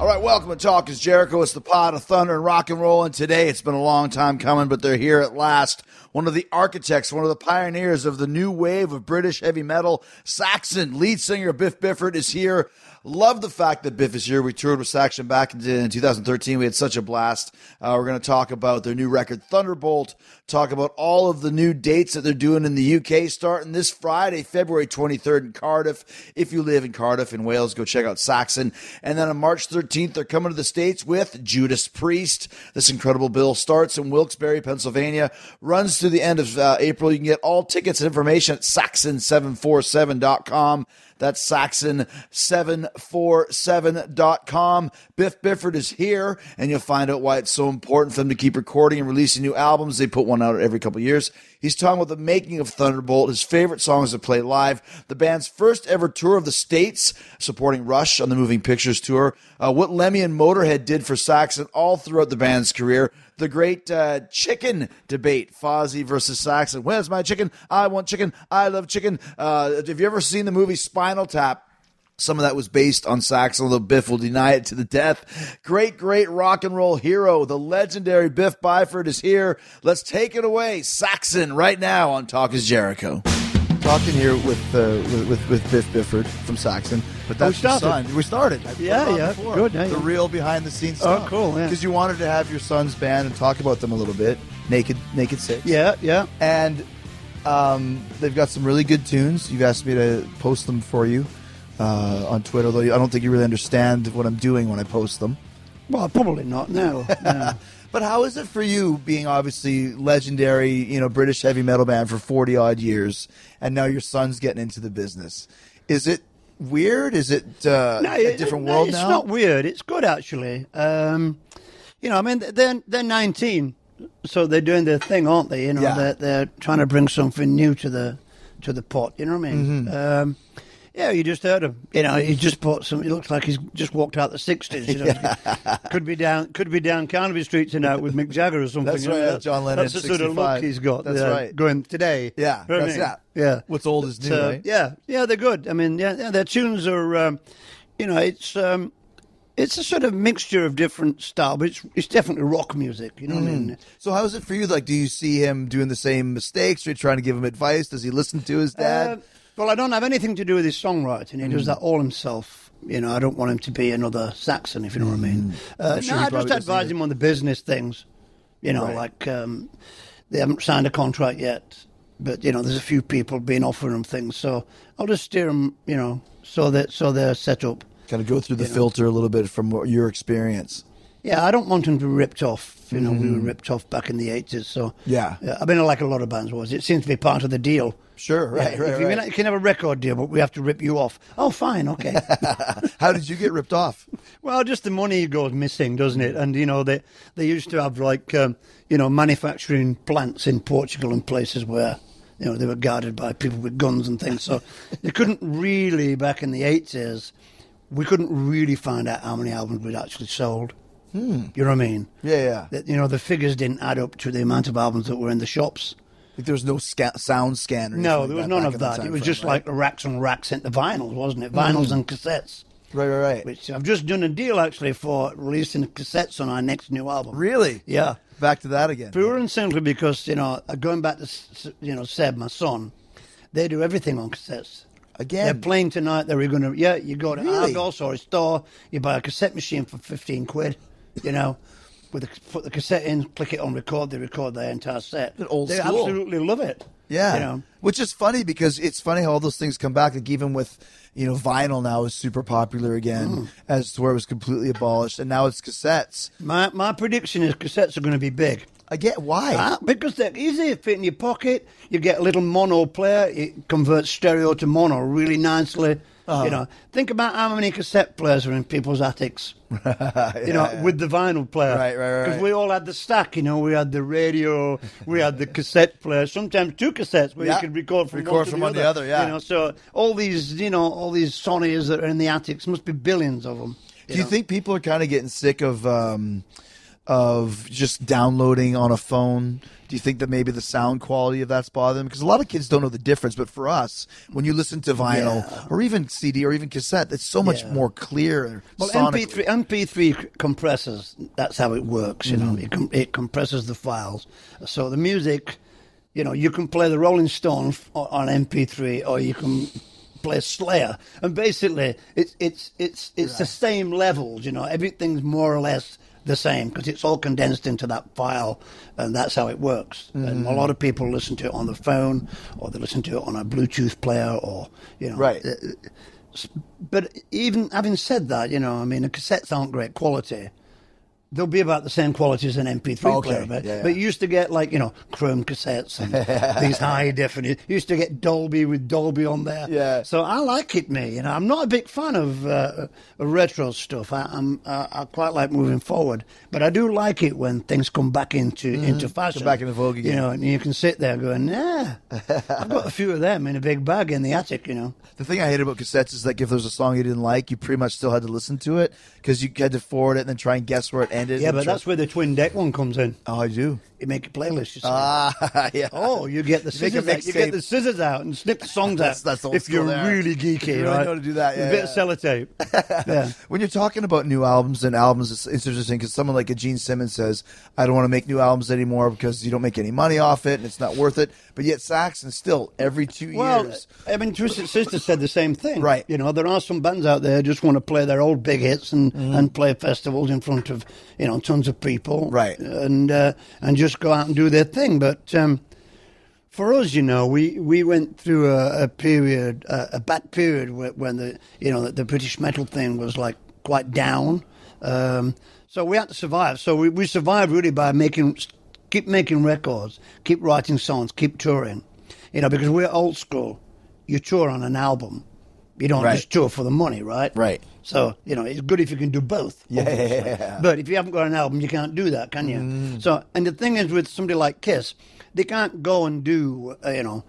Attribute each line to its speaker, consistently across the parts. Speaker 1: Ultimate Talk is Jericho. It's the pod of thunder and rock and roll. And today, it's been a long time coming, but they're here at last. One of the architects, one of the pioneers of the new wave of British heavy metal, Saxon lead singer Biff Bifford is here. Love the fact that Biff is here. We toured with Saxon back in 2013. We had such a blast. Uh, we're going to talk about their new record, Thunderbolt, talk about all of the new dates that they're doing in the UK starting this Friday, February 23rd in Cardiff. If you live in Cardiff in Wales, go check out Saxon. And then on March 13th, they're coming to the States with Judas Priest. This incredible bill starts in Wilkes-Barre, Pennsylvania, runs through the end of uh, April. You can get all tickets and information at saxon747.com. That's saxon747.com. Biff Bifford is here, and you'll find out why it's so important for them to keep recording and releasing new albums. They put one out every couple years. He's talking about the making of Thunderbolt, his favorite songs to play live, the band's first ever tour of the States, supporting Rush on the Moving Pictures Tour, uh, what Lemmy and Motorhead did for Saxon all throughout the band's career, the great uh, chicken debate, Fozzie versus Saxon. Where's my chicken? I want chicken. I love chicken. Uh, have you ever seen the movie Spinal Tap? Some of that was based on Saxon, although Biff will deny it to the death. Great, great rock and roll hero, the legendary Biff Byford is here. Let's take it away, Saxon, right now on Talk is Jericho.
Speaker 2: Talking here with uh, with, with with Biff Bifford from Saxon, but that's your
Speaker 3: started.
Speaker 2: son. We started. I played
Speaker 3: Yeah,
Speaker 2: on
Speaker 3: yeah.
Speaker 2: before.
Speaker 3: Good, yeah,
Speaker 2: the
Speaker 3: yeah.
Speaker 2: real behind the scenes
Speaker 3: Oh,
Speaker 2: stuff.
Speaker 3: cool, yeah.
Speaker 2: Because you wanted to have your son's band and talk about them a little bit. Naked, Naked Six.
Speaker 3: Yeah, yeah.
Speaker 2: and um, they've got some really good tunes. You've asked me to post them for you uh, on Twitter, though I don't think you really understand what I'm doing when I post them.
Speaker 3: Well, probably not now. No.
Speaker 2: But how is it for you being obviously legendary, you know, British heavy metal band for 40 odd years and now your son's getting into the business? Is it weird? Is it uh,
Speaker 3: No,
Speaker 2: a
Speaker 3: it-
Speaker 2: different
Speaker 3: no,
Speaker 2: world
Speaker 3: it's
Speaker 2: now?
Speaker 3: not weird. It's good actually. Um, you know, I mean, they're they're 19, so they're doing their thing, aren't they? You know,
Speaker 2: Yeah.
Speaker 3: they're they're trying to bring something new to the to the pot. You know what I mean?
Speaker 2: Mm-hmm.
Speaker 3: Um, yeah, you just heard him. You know, he just bought some. He looks like he's just walked out the 60s. You know? could be down, could be down Carnaby Street tonight with Mick Jagger or something.
Speaker 2: That's
Speaker 3: you know?
Speaker 2: right, John Lennon
Speaker 3: That's the
Speaker 2: at
Speaker 3: sort of
Speaker 2: 65.
Speaker 3: look he's got.
Speaker 2: That's
Speaker 3: uh,
Speaker 2: right.
Speaker 3: Going today.
Speaker 2: Yeah,
Speaker 3: You know what I
Speaker 2: that's
Speaker 3: mean?
Speaker 2: that.
Speaker 3: Yeah. uh,
Speaker 2: What's old is new,
Speaker 3: So,
Speaker 2: right?
Speaker 3: Yeah, yeah, they're good. I mean, yeah, yeah their tunes are, um, you know, it's um, it's a sort of mixture of different style, but it's it's definitely rock music. You know what I mean?
Speaker 2: So how is it for you? Like, do you see him doing the same mistakes? Are you trying to give him advice? Does he listen to his dad?
Speaker 3: Uh, well, I don't have anything to do with his songwriting. He
Speaker 2: Mm.
Speaker 3: does that all himself. You know, I don't want him to be another Saxon, if you know what I
Speaker 2: Mm.
Speaker 3: mean. Uh,
Speaker 2: sure
Speaker 3: no,
Speaker 2: he probably
Speaker 3: I just
Speaker 2: doesn't
Speaker 3: advise
Speaker 2: either.
Speaker 3: him on the business things. You know,
Speaker 2: Right.
Speaker 3: like um, they haven't signed a contract yet, but you know, there's a few people being offering him things. So I'll just steer them. You know, so that so they're set up.
Speaker 2: kind of go through the filter a little bit from what- your experience.
Speaker 3: Yeah, I don't want them to be ripped off. You know, we were ripped off back in the eighties. So
Speaker 2: Mm. Yeah.
Speaker 3: I mean, like a lot of bands was, it seems to be part of the deal.
Speaker 2: Sure, right,
Speaker 3: Yeah,
Speaker 2: right,
Speaker 3: if you,
Speaker 2: right.
Speaker 3: you can have a record deal, but we have to rip you off. Oh, fine, okay.
Speaker 2: How did you get ripped off?
Speaker 3: well, just the money goes missing, doesn't it? And you know, they they used to have like um, you know manufacturing plants in Portugal and places where. You know, they were guarded by people with guns and things. So they couldn't really, back in the 80s, we couldn't really find out how many albums we'd actually sold.
Speaker 2: Hmm.
Speaker 3: You know what I mean?
Speaker 2: Yeah, yeah.
Speaker 3: that you know the figures didn't add up to the amount of albums that were in the shops.
Speaker 2: Like there was no sca- sound scanner.
Speaker 3: No, there was none of that. It was just like racks and racks into vinyls, wasn't it? Vinyls and cassettes.
Speaker 2: right, right, right.
Speaker 3: Which I've just done a deal actually for releasing cassettes on our next new album.
Speaker 2: Really?
Speaker 3: Yeah.
Speaker 2: Back to that again.
Speaker 3: Pure and simply because you know uh, going back to S- S- you know Seb, my son, they do everything on cassettes.
Speaker 2: Again.
Speaker 3: they're playing tonight. They're going to yeah. You go to
Speaker 2: Really?
Speaker 3: Argos or a store, you buy a cassette machine for fifteen quid. You know, with the, put the cassette in, click it on record. They record their entire set.
Speaker 2: Bit old
Speaker 3: they
Speaker 2: school.
Speaker 3: absolutely love it.
Speaker 2: Yeah.
Speaker 3: you know.
Speaker 2: Which is funny because it's funny how all those things come back. Like even with, you know, vinyl now is super popular again
Speaker 3: Mm.
Speaker 2: as to where it was completely abolished. And now it's cassettes.
Speaker 3: My my prediction is cassettes are going to be big.
Speaker 2: Again, why?
Speaker 3: Ah, because they're easy, fit in your pocket. You get a little mono player. It converts stereo to mono really nicely.
Speaker 2: Ah.
Speaker 3: You know, think about how many cassette players are in people's attics. you know, with the vinyl player.
Speaker 2: Right, right, right,
Speaker 3: Because
Speaker 2: right.
Speaker 3: we all had the stack. You know, we had the radio, we had the cassette player. Sometimes two cassettes where
Speaker 2: Yeah.
Speaker 3: you could record from one
Speaker 2: Record
Speaker 3: to
Speaker 2: from
Speaker 3: the
Speaker 2: one to the
Speaker 3: other.
Speaker 2: other, yeah.
Speaker 3: You know, so all these, you know, all these Sonys that are in the attics must be billions of them.
Speaker 2: Do you think people are kind of getting sick of um, of just downloading on a phone? Do you think that maybe the sound quality of that's bothering them? Because a lot of kids don't know the difference, but for us, when you listen to vinyl or even CD or even cassette, it's so much
Speaker 3: Yeah.
Speaker 2: more clear.
Speaker 3: Well,
Speaker 2: sonically.
Speaker 3: MP3 MP3 c- compressors. That's how it works. You know, it, com- it compresses the files. So the music, you know, you can play the Rolling Stones f- o- on MP3, or you can play Slayer, and basically it's it's it's it's the same levels. You know, everything's more or less the same because it's all condensed into that file, and that's how it works. And a lot of people listen to it on the phone, or they listen to it on a Bluetooth player, or you know,
Speaker 2: Right.
Speaker 3: uh, but even having said that, you know, I mean, the cassettes aren't great quality. They'll be about the same quality as an MP3
Speaker 2: Okay,
Speaker 3: player, but,
Speaker 2: yeah,
Speaker 3: but
Speaker 2: yeah.
Speaker 3: you used to get like you know chrome cassettes and these high definition. You used to get Dolby with Dolby on there.
Speaker 2: Yeah.
Speaker 3: So I like it, me. You know, I'm not a big fan of uh, of retro stuff. I, I'm I, I quite like moving forward, but I do like it when things come back into into fashion,
Speaker 2: Mm-hmm. back into vogue again.
Speaker 3: You know, and you can sit there going, yeah, I've got a few of them in a big bag in the attic. You know.
Speaker 2: The thing I hated about cassettes is like if there was a song you didn't like, you pretty much still had to listen to it because you had to forward it and then try and guess where it ended.
Speaker 3: Yeah,
Speaker 2: and
Speaker 3: but
Speaker 2: try-
Speaker 3: that's where the twin deck one comes in.
Speaker 2: oh, I do.
Speaker 3: You make a playlist. You say,
Speaker 2: Ah, yeah.
Speaker 3: oh, you get the
Speaker 2: You make a
Speaker 3: scissors out.
Speaker 2: mixtape.
Speaker 3: You get the scissors out and snip the songs
Speaker 2: That's-
Speaker 3: out.
Speaker 2: that's old
Speaker 3: if
Speaker 2: school
Speaker 3: you're
Speaker 2: there.
Speaker 3: really
Speaker 2: If you
Speaker 3: geeky,
Speaker 2: really
Speaker 3: right?
Speaker 2: know to do that, yeah,
Speaker 3: a bit of sellotape. yeah.
Speaker 2: When you're talking about new albums and albums, it's, it's interesting because someone like a Gene Simmons says, "I don't want to make new albums anymore because you don't make any money off it and it's not worth it." But yet Saxon still every two
Speaker 3: Well,
Speaker 2: years,
Speaker 3: I mean, Twisted Sister said the same thing.
Speaker 2: Right.
Speaker 3: You know, there are some bands out there who just want to play their old big hits and,
Speaker 2: Mm-hmm.
Speaker 3: and play festivals in front of, you know, tons of people.
Speaker 2: Right.
Speaker 3: And uh, and just go out and do their thing. But um, for us, you know, we, we went through a, a period, a, a back period whe- when the, you know, the, the British metal thing was like quite down. Um, so we had to survive. So we, we survived really by making, keep making records, keep writing songs, keep touring. You know, because we're old school. You tour on an album. You don't
Speaker 2: Right.
Speaker 3: just tour for the money, right?
Speaker 2: Right.
Speaker 3: So, you know, it's good if you can do both.
Speaker 2: yeah, Mm.
Speaker 3: But if you haven't got an album, you can't do that, can you? So, and the thing is, with somebody like Kiss, they can't go and do, uh, you know,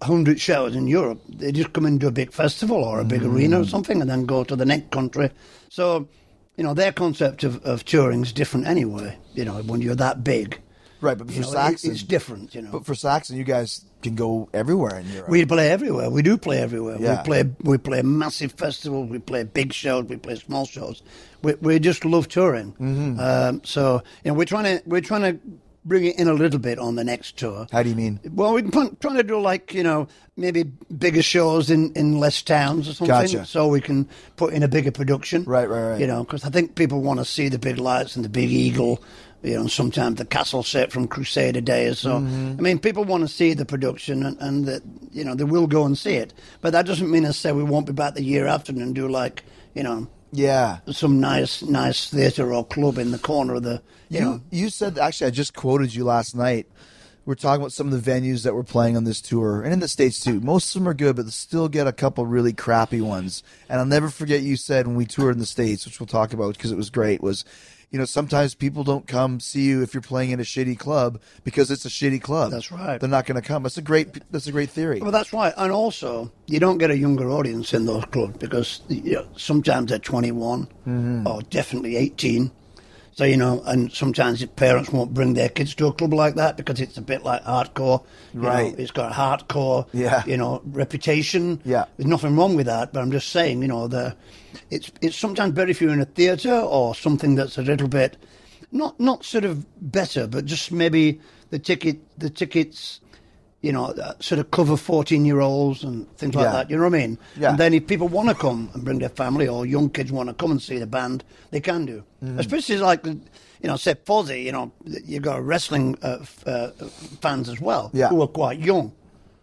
Speaker 3: 100 shows in Europe. They just come and do a big festival or a big
Speaker 2: Mm.
Speaker 3: arena or something and then go to the next country. So, you know, their concept of, of touring is different anyway, you know, when you're that big.
Speaker 2: right? But for
Speaker 3: You know, it,
Speaker 2: Saxon,
Speaker 3: it's different, you know.
Speaker 2: but for Saxon, you guys can go everywhere in Europe.
Speaker 3: We play everywhere. We do play everywhere.
Speaker 2: Yeah.
Speaker 3: We play we play massive festivals. We play big shows. We play small shows. We, we just love touring.
Speaker 2: Mm-hmm.
Speaker 3: Um, so you know we're trying to we're trying to bring it in a little bit on the next tour.
Speaker 2: How do you mean?
Speaker 3: Well, we're pl- trying to do like you know maybe bigger shows in, in less towns or something,
Speaker 2: Gotcha.
Speaker 3: so we can put in a bigger production.
Speaker 2: Right, right, right.
Speaker 3: You know, because I think people want to see the big lights and the big eagle, you know, and sometimes the castle set from Crusader days. So
Speaker 2: Mm-hmm.
Speaker 3: I mean, people want to see the production, and, and that you know they will go and see it. But that doesn't mean to say we won't be back the year after and do like you know
Speaker 2: Yeah.
Speaker 3: some nice nice theatre or club in the corner of the you know
Speaker 2: You you said actually I just quoted you last night. We're talking about some of the venues that we're playing on this tour, and in the states too. Most of them are good, but they still get a couple really crappy ones. And I'll never forget you said when we toured in the states, which we'll talk about because it was great. Was you know sometimes people don't come see you if you're playing in a shitty club because it's a shitty club.
Speaker 3: That's right.
Speaker 2: They're not going to come. That's a great. That's a great theory.
Speaker 3: Well, that's right. And also, you don't get a younger audience in those clubs because you know, sometimes they're 21
Speaker 2: Mm-hmm.
Speaker 3: or definitely 18. So, you know, and sometimes the parents won't bring their kids to a club like that because it's a bit like hardcore. You know,
Speaker 2: Right.
Speaker 3: it's got a hardcore,
Speaker 2: Yeah.
Speaker 3: you know, reputation.
Speaker 2: Yeah.
Speaker 3: There's nothing wrong with that, but I'm just saying, you know, the, it's, it's sometimes better if you're in a theatre or something that's a little bit, not, not sort of better, but just maybe the ticket, the tickets you know, uh, sort of cover 14 year olds and things like
Speaker 2: Yeah.
Speaker 3: that. You know what I mean?
Speaker 2: Yeah.
Speaker 3: And then if people want to come and bring their family or young kids want to come and see the band, they can do.
Speaker 2: Mm-hmm.
Speaker 3: Especially like, you know, say Fozzy, you know, you've got wrestling uh, f- uh, fans as well
Speaker 2: Yeah.
Speaker 3: who are quite young.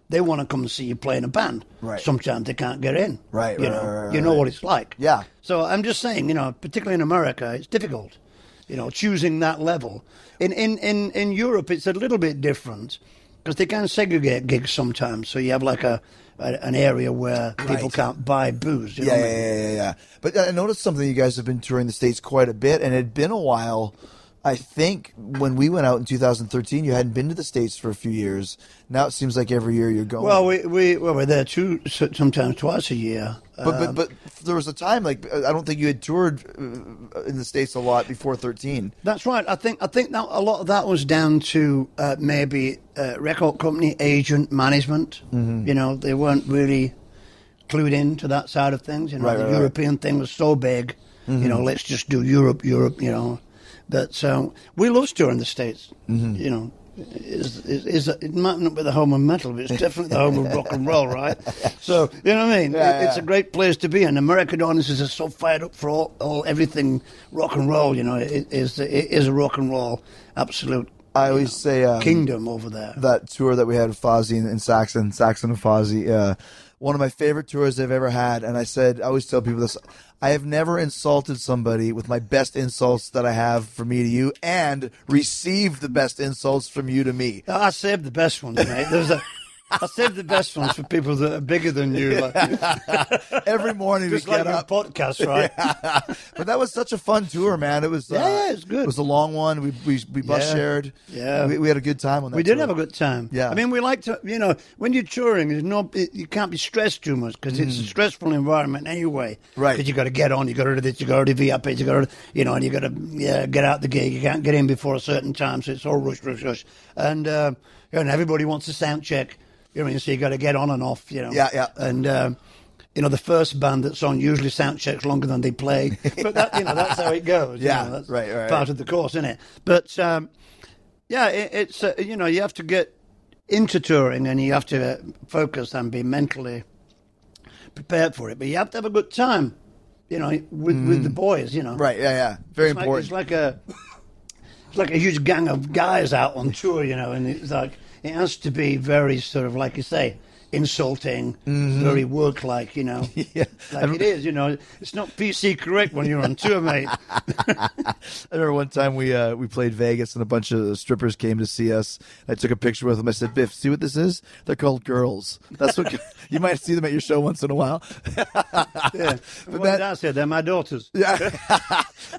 Speaker 3: They want to come and see you play in a band.
Speaker 2: Right.
Speaker 3: Sometimes they can't get in.
Speaker 2: Right,
Speaker 3: You
Speaker 2: right,
Speaker 3: know,
Speaker 2: right, right,
Speaker 3: you know
Speaker 2: right.
Speaker 3: what it's like.
Speaker 2: Yeah.
Speaker 3: So I'm just saying, you know, particularly in America, it's difficult, you know, choosing that level. In in in, in Europe, it's a little bit different because they can segregate gigs sometimes. So you have like a, a an area where people can't buy booze. You know
Speaker 2: yeah,
Speaker 3: what I
Speaker 2: yeah,
Speaker 3: mean?
Speaker 2: yeah, yeah, yeah. But I noticed something you guys have been touring the states quite a bit, and it had been a while I think when we went out in 2013, you hadn't been to the states for a few years. Now it seems like every year you're going.
Speaker 3: Well, we we well, we're there two sometimes twice a year. um,
Speaker 2: but, but but there was a time like I don't think you had toured uh, in the states a lot before 13.
Speaker 3: That's right. I think I think that a lot of that was down to uh, maybe uh, record company agent management.
Speaker 2: Mm-hmm.
Speaker 3: You know, they weren't really clued in to that side of things. You know,
Speaker 2: Right, right,
Speaker 3: the
Speaker 2: Mm-hmm. right.
Speaker 3: European thing was so big. You know, let's just do Europe, Europe. You know, but so we love touring the states.
Speaker 2: Mm-hmm.
Speaker 3: You know. Is, is, is it might not be the home of metal, but it's definitely the home of rock and roll, right? So you know what I mean.
Speaker 2: Yeah,
Speaker 3: It- It's
Speaker 2: yeah.
Speaker 3: a great place to be, and American audiences are so fired up for all, all everything rock and roll. You know, it is it is a rock and roll absolute
Speaker 2: I always say um,
Speaker 3: kingdom over there.
Speaker 2: that tour that we had with Fozzy and, and Saxon, Saxon and Fozzy, uh, one of my favorite tours they've ever had. And I said, I always tell people this I have never insulted somebody with my best insults that I have from me to you and received the best insults from you to me.
Speaker 3: I saved the best ones, mate. There's a. I saved the best ones for people that are bigger than you, like,
Speaker 2: Every morning we
Speaker 3: just
Speaker 2: get
Speaker 3: like your
Speaker 2: up.
Speaker 3: podcast, right?
Speaker 2: but that was such a fun tour, man. It was uh,
Speaker 3: Yeah, yeah, it's good.
Speaker 2: It was a long one. We we, we bus
Speaker 3: Yeah.
Speaker 2: shared.
Speaker 3: Yeah.
Speaker 2: we, we had a good time on that.
Speaker 3: We did
Speaker 2: tour.
Speaker 3: have a good time.
Speaker 2: Yeah.
Speaker 3: I mean, we like to, you know, when you're touring, there's no, it, you can't be stressed too much because it's a stressful environment anyway.
Speaker 2: Mm. Right.
Speaker 3: Because you got to get on, you got to do this, you got to do VIP, you got to, you know, and you got to yeah, get out the gig. You can't get in before a certain time, so it's all rush, rush, rush. And, uh, you know, and everybody wants a sound check. You know what I mean? So you got to get on and off, you know.
Speaker 2: Yeah, yeah.
Speaker 3: And, um, you know, the first band that's on usually sound checks longer than they play. But that, you know, that's how it goes. you
Speaker 2: Yeah,
Speaker 3: know, that's
Speaker 2: right, right,
Speaker 3: Part
Speaker 2: right.
Speaker 3: of the course, isn't it? But, um, yeah, it, it's uh, you know you have to get into touring and you have to uh, focus and be mentally prepared for it. But you have to have a good time, you know, with with the boys. You know,
Speaker 2: Mm. right. Yeah, yeah. Very
Speaker 3: It's like,
Speaker 2: important.
Speaker 3: it's like a it's like a huge gang of guys out on tour, you know, and it's like it has to be very sort of like you say insulting, very work like, you know.
Speaker 2: Mm-hmm. Yeah.
Speaker 3: Like it is, you know. It's not PC correct when you're on tour, mate.
Speaker 2: I remember one time we uh, we played Vegas and a bunch of strippers came to see us. I took a picture with them. I said, "Biff, see what this is? They're called girls. That's what you might see them at your show once in a while."
Speaker 3: Yeah. but what
Speaker 2: that-
Speaker 3: did I say? They're my daughters.
Speaker 2: Yeah.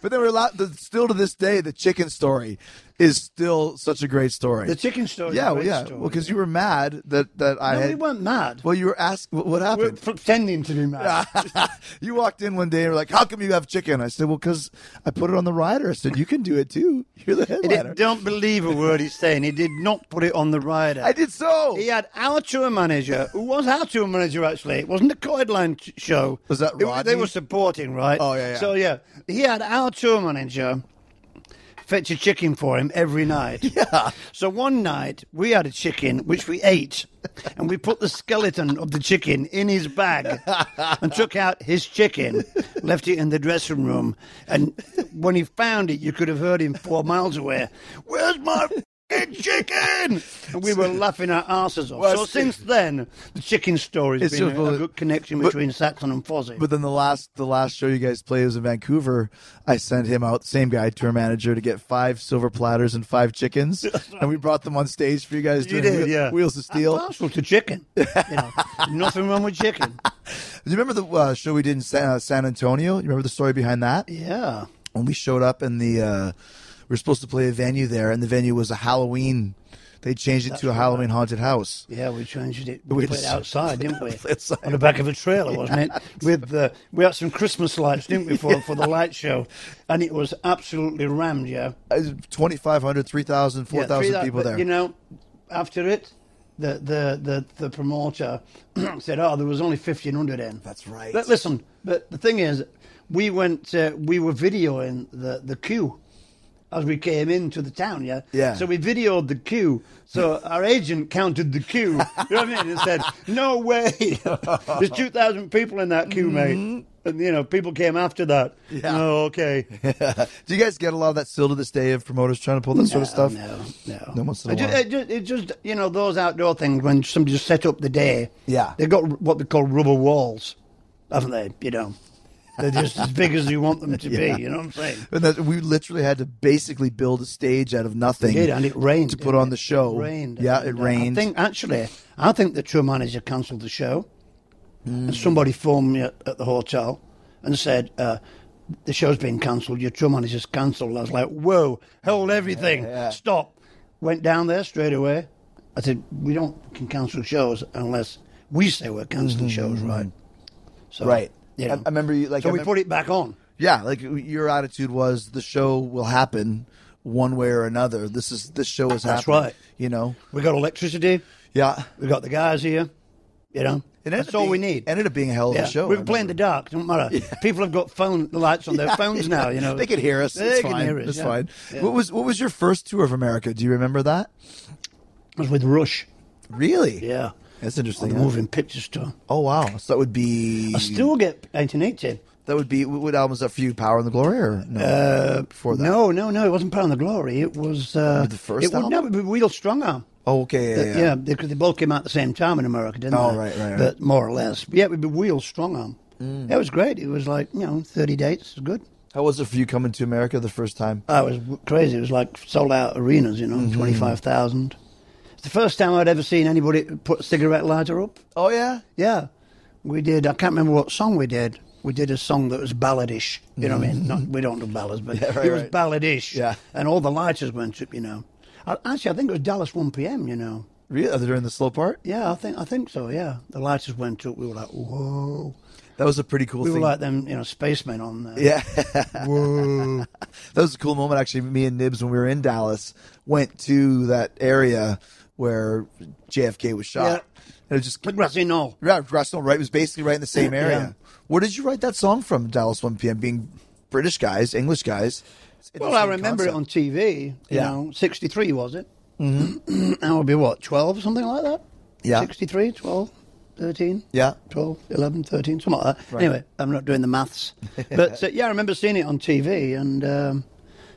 Speaker 2: but then we're allowed. The, still to this day, the chicken story is still such a great story.
Speaker 3: The chicken story.
Speaker 2: yeah, well,
Speaker 3: great
Speaker 2: yeah.
Speaker 3: Story.
Speaker 2: Well, because you were mad that that I
Speaker 3: No, we
Speaker 2: had.
Speaker 3: weren't mad.
Speaker 2: well, you were asked what, what
Speaker 3: We We're
Speaker 2: happened.
Speaker 3: pretending to be mad.
Speaker 2: you walked in one day and were like, "How come you have chicken?" I said, "Well, because I put it on the rider." I said, "You can do it too. You're the
Speaker 3: He
Speaker 2: headliner."
Speaker 3: didn't- don't believe a word he's saying. He did not put it on the rider.
Speaker 2: I did so.
Speaker 3: He had our tour manager, who was our tour manager actually. It wasn't the Coid Line t- show.
Speaker 2: Was that
Speaker 3: It They
Speaker 2: Rodney?
Speaker 3: were supporting, right?
Speaker 2: Oh, yeah, yeah.
Speaker 3: So yeah, he had our tour manager fetch a chicken for him every night. Yeah. So one night we had a chicken which we ate, and we put the skeleton of the chicken in his bag and took out his chicken, left it in the dressing room, and when he found it, you could have heard him four miles away. Where's my f***ing chicken? And we were laughing our asses off.
Speaker 2: Well,
Speaker 3: so
Speaker 2: it's-
Speaker 3: since then, the chicken story has
Speaker 2: It's
Speaker 3: been
Speaker 2: just
Speaker 3: a, a
Speaker 2: bullet-
Speaker 3: good connection
Speaker 2: but-
Speaker 3: between Saxon and Fozzie.
Speaker 2: But then the last the last show you guys played was in Vancouver. I sent him out, same guy, tour manager, to get five silver platters and five chickens, and we brought them on stage for you guys.
Speaker 3: you
Speaker 2: during
Speaker 3: did,
Speaker 2: Wheel-
Speaker 3: yeah.
Speaker 2: Wheels of
Speaker 3: And
Speaker 2: Steel.
Speaker 3: Partial to chicken. You know, nothing wrong with chicken.
Speaker 2: Do you remember the uh, show we did in San, uh, San Antonio? You remember the story behind that?
Speaker 3: Yeah.
Speaker 2: When we showed up in the, uh, we were supposed to play a venue there, and the venue was a Halloween. They changed it to a Halloween haunted house.
Speaker 3: Yeah, we changed it. We,
Speaker 2: We
Speaker 3: played
Speaker 2: just-
Speaker 3: outside, didn't we?
Speaker 2: outside.
Speaker 3: On the back of a trailer, wasn't it? With uh, we had some Christmas lights, didn't we, for for the light show, and it was absolutely rammed. Yeah,
Speaker 2: Uh, 2,500, 3,000,
Speaker 3: Yeah,
Speaker 2: 4,000
Speaker 3: three-
Speaker 2: people
Speaker 3: but,
Speaker 2: there.
Speaker 3: You know, after it, the the the, the promoter said, "Oh, there was only fifteen hundred in."
Speaker 2: That's right.
Speaker 3: But listen, but the thing is, we went, uh, we were videoing the the queue. As we came into the town, yeah,
Speaker 2: Yeah.
Speaker 3: So we videoed the queue. So our agent counted the queue. You know what I mean? And said, "No way, there's two thousand people in that queue, mate." And you know, people came after that.
Speaker 2: Mm-hmm. Yeah.
Speaker 3: Oh, okay.
Speaker 2: Do you guys get a lot of that still to this day of promoters trying to pull that sort of stuff?
Speaker 3: No, no.
Speaker 2: No, once in a
Speaker 3: It ju-
Speaker 2: while.
Speaker 3: it ju- it just, you know, those outdoor things when somebody just set up the day.
Speaker 2: Yeah.
Speaker 3: They've got r- what they call rubber walls, haven't they? You know, they're just as big as you want them to be. You know what I'm saying?
Speaker 2: And that we literally had to basically build a stage out of nothing.
Speaker 3: It did, and it rained
Speaker 2: to put
Speaker 3: didn't
Speaker 2: on
Speaker 3: it?
Speaker 2: the show.
Speaker 3: It rained.
Speaker 2: Yeah, it
Speaker 3: and, uh,
Speaker 2: rained.
Speaker 3: I think actually, I think the tour manager
Speaker 2: Hmm.
Speaker 3: cancelled the show, and somebody phoned me at, at the hotel and said, uh, the show's been cancelled. Your tour manager's cancelled. I was like, whoa, hold everything, stop. Went down there straight away. I said, we don't can cancel shows unless we say we're cancelling shows, right? So,
Speaker 2: Mm-hmm. Right.
Speaker 3: You
Speaker 2: I,
Speaker 3: know.
Speaker 2: I remember you like
Speaker 3: so
Speaker 2: I
Speaker 3: we
Speaker 2: remem-
Speaker 3: put it back on.
Speaker 2: Yeah, like your attitude was the show will happen one way or another. This is this show is
Speaker 3: That's
Speaker 2: happening.
Speaker 3: right.
Speaker 2: You know.
Speaker 3: We got electricity.
Speaker 2: Yeah.
Speaker 3: We got the guys here. You know,
Speaker 2: It ended
Speaker 3: that's
Speaker 2: up
Speaker 3: all
Speaker 2: being-
Speaker 3: we need.
Speaker 2: Ended up being a hell of
Speaker 3: Yeah.
Speaker 2: a show. I
Speaker 3: we can play in the dark. Don't matter. People have got phone lights on their phones now. You know,
Speaker 2: They could hear us.
Speaker 3: They
Speaker 2: it's
Speaker 3: can
Speaker 2: fine.
Speaker 3: hear us.
Speaker 2: it's
Speaker 3: yeah.
Speaker 2: fine.
Speaker 3: Yeah.
Speaker 2: What was what was your first tour of America? Do you remember that?
Speaker 3: It was with Rush.
Speaker 2: Really?
Speaker 3: Yeah,
Speaker 2: That's
Speaker 3: on
Speaker 2: interesting.
Speaker 3: the Moving Picture Store.
Speaker 2: Oh wow. So that would be
Speaker 3: I still get 1980.
Speaker 2: that would be what album was that for you? Power and the Glory or no? Uh, before that.
Speaker 3: No, no, no. It wasn't Pound the Glory. It was uh,
Speaker 2: The first
Speaker 3: It would
Speaker 2: album?
Speaker 3: no, it would be Real Strong Arm.
Speaker 2: Oh, okay. Yeah.
Speaker 3: Yeah,
Speaker 2: yeah.
Speaker 3: because they both came out at the same time in America, didn't
Speaker 2: Oh,
Speaker 3: they?
Speaker 2: right, right, Mm. right.
Speaker 3: But more or less, yeah, it would be Wheel Strong Arm. That was great. It was like you know, thirty dates, it was good.
Speaker 2: How was it for you coming to America the first time?
Speaker 3: I was w- crazy. It was like sold out arenas, you know,
Speaker 2: Mm-hmm.
Speaker 3: five thousand. It's the first time I'd ever seen anybody put a cigarette lighter up.
Speaker 2: Oh yeah.
Speaker 3: Yeah, we did. I can't remember what song we did. We did a song that was balladish. You know what I mean? Not, we don't do ballads, but
Speaker 2: Mm. right,
Speaker 3: it was
Speaker 2: right.
Speaker 3: balladish.
Speaker 2: Yeah.
Speaker 3: and all the lighters went up. You know, I, actually, I think it was Dallas One PM. You know.
Speaker 2: Really? During the slow part?
Speaker 3: Yeah, I think I think so. Yeah, the lighters went up. We were like, whoa.
Speaker 2: That was a pretty cool
Speaker 3: We
Speaker 2: thing.
Speaker 3: were like them, you know, spacemen on. Uh,
Speaker 2: Yeah. that was a cool moment, actually. Me and Nibs, when we were in Dallas, went to that area where JFK was shot.
Speaker 3: Yeah.
Speaker 2: And it just.
Speaker 3: Grassy Knoll.
Speaker 2: Yeah, Russell Wright was basically right in the same area. Where did you write that song from, Dallas 1 p.m.? Being British guys, English guys. It's
Speaker 3: Well, I
Speaker 2: interesting
Speaker 3: remember
Speaker 2: concept.
Speaker 3: it on TV. You
Speaker 2: Yeah.
Speaker 3: know, sixty-three was it? Mm-hmm. I would be what, twelve, something like that.
Speaker 2: Yeah.
Speaker 3: 63, 12, 13.
Speaker 2: Yeah.
Speaker 3: 12, 11, 13, something like that. Anyway, I'm not doing the maths. but uh, yeah, I remember seeing it on TV and um,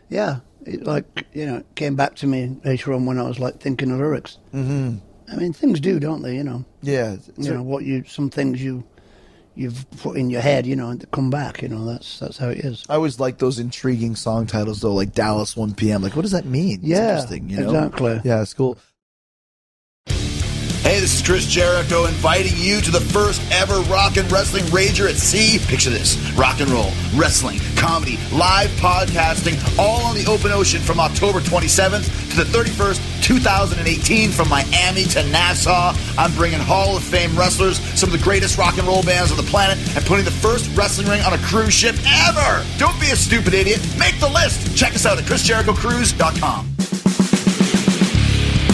Speaker 3: yeah, it like, you know, it came back to me later on when I was like thinking of lyrics. Mm-hmm. I mean, things do, don't they, you know?
Speaker 2: Yeah.
Speaker 3: you know what you some things you you've put in your head you know and come back you know that's that's how it is
Speaker 2: I always like those intriguing song titles, though, like Dallas 1 p.m. Like, what does that mean? It's
Speaker 3: Yeah,
Speaker 2: interesting, you know?
Speaker 3: exactly.
Speaker 2: Yeah, it's cool.
Speaker 1: Hey, this is Chris Jericho inviting you to the first ever rock and wrestling rager at sea. Picture this rock and roll, wrestling, comedy, live podcasting, all on the open ocean from October 27th to the 31st, 2018, from Miami to Nassau. I'm bringing Hall of Fame wrestlers, some of the greatest rock and roll bands on the planet, and putting the first wrestling ring on a cruise ship ever. Don't be a stupid idiot. Make the list. Check us out at ChrisJerichoCruise.com.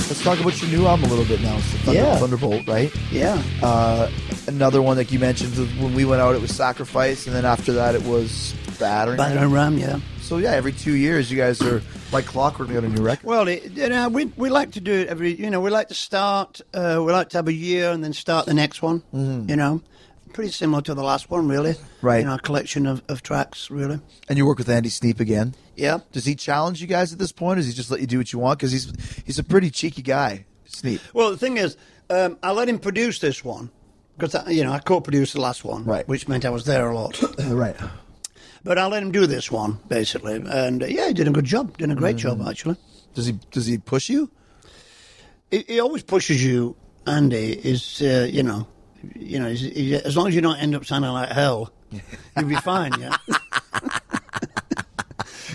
Speaker 2: Let's talk about your new album a little bit now. It's the Thunder-
Speaker 3: Yeah.
Speaker 2: Thunderbolt, right?
Speaker 3: yeah
Speaker 2: Uh, another one like you mentioned when we went out, it was Sacrifice, and then after that, it was Battering.
Speaker 3: but i ram yeah
Speaker 2: So yeah, every two years, you guys are like clockwork. We got a new record.
Speaker 3: well it, you know, we, we like to do it every you know we like to start uh, we like to have a year and then start the next one you know pretty similar to the last one really
Speaker 2: Mm-hmm. Right.
Speaker 3: in our collection of, of tracks really
Speaker 2: and you work with Andy Sneap again.
Speaker 3: yeah
Speaker 2: Does he challenge you guys at this point, or does he just let you do what you want? Because he's he's a pretty cheeky guy, Sneap.
Speaker 3: Well, the thing is, um, I let him produce this one because you know I co-produced the last one,
Speaker 2: Right.
Speaker 3: Which meant I was there a lot.
Speaker 2: Uh, Right.
Speaker 3: but I let him do this one basically, and uh, yeah, he did a good job, did a great
Speaker 2: Mm-hmm.
Speaker 3: job actually.
Speaker 2: Does he does he push you?
Speaker 3: He, he always pushes you, Andy. Is uh, you know, you know, he's, he, as long as you don't end up sounding like hell, you'll be fine. Yeah.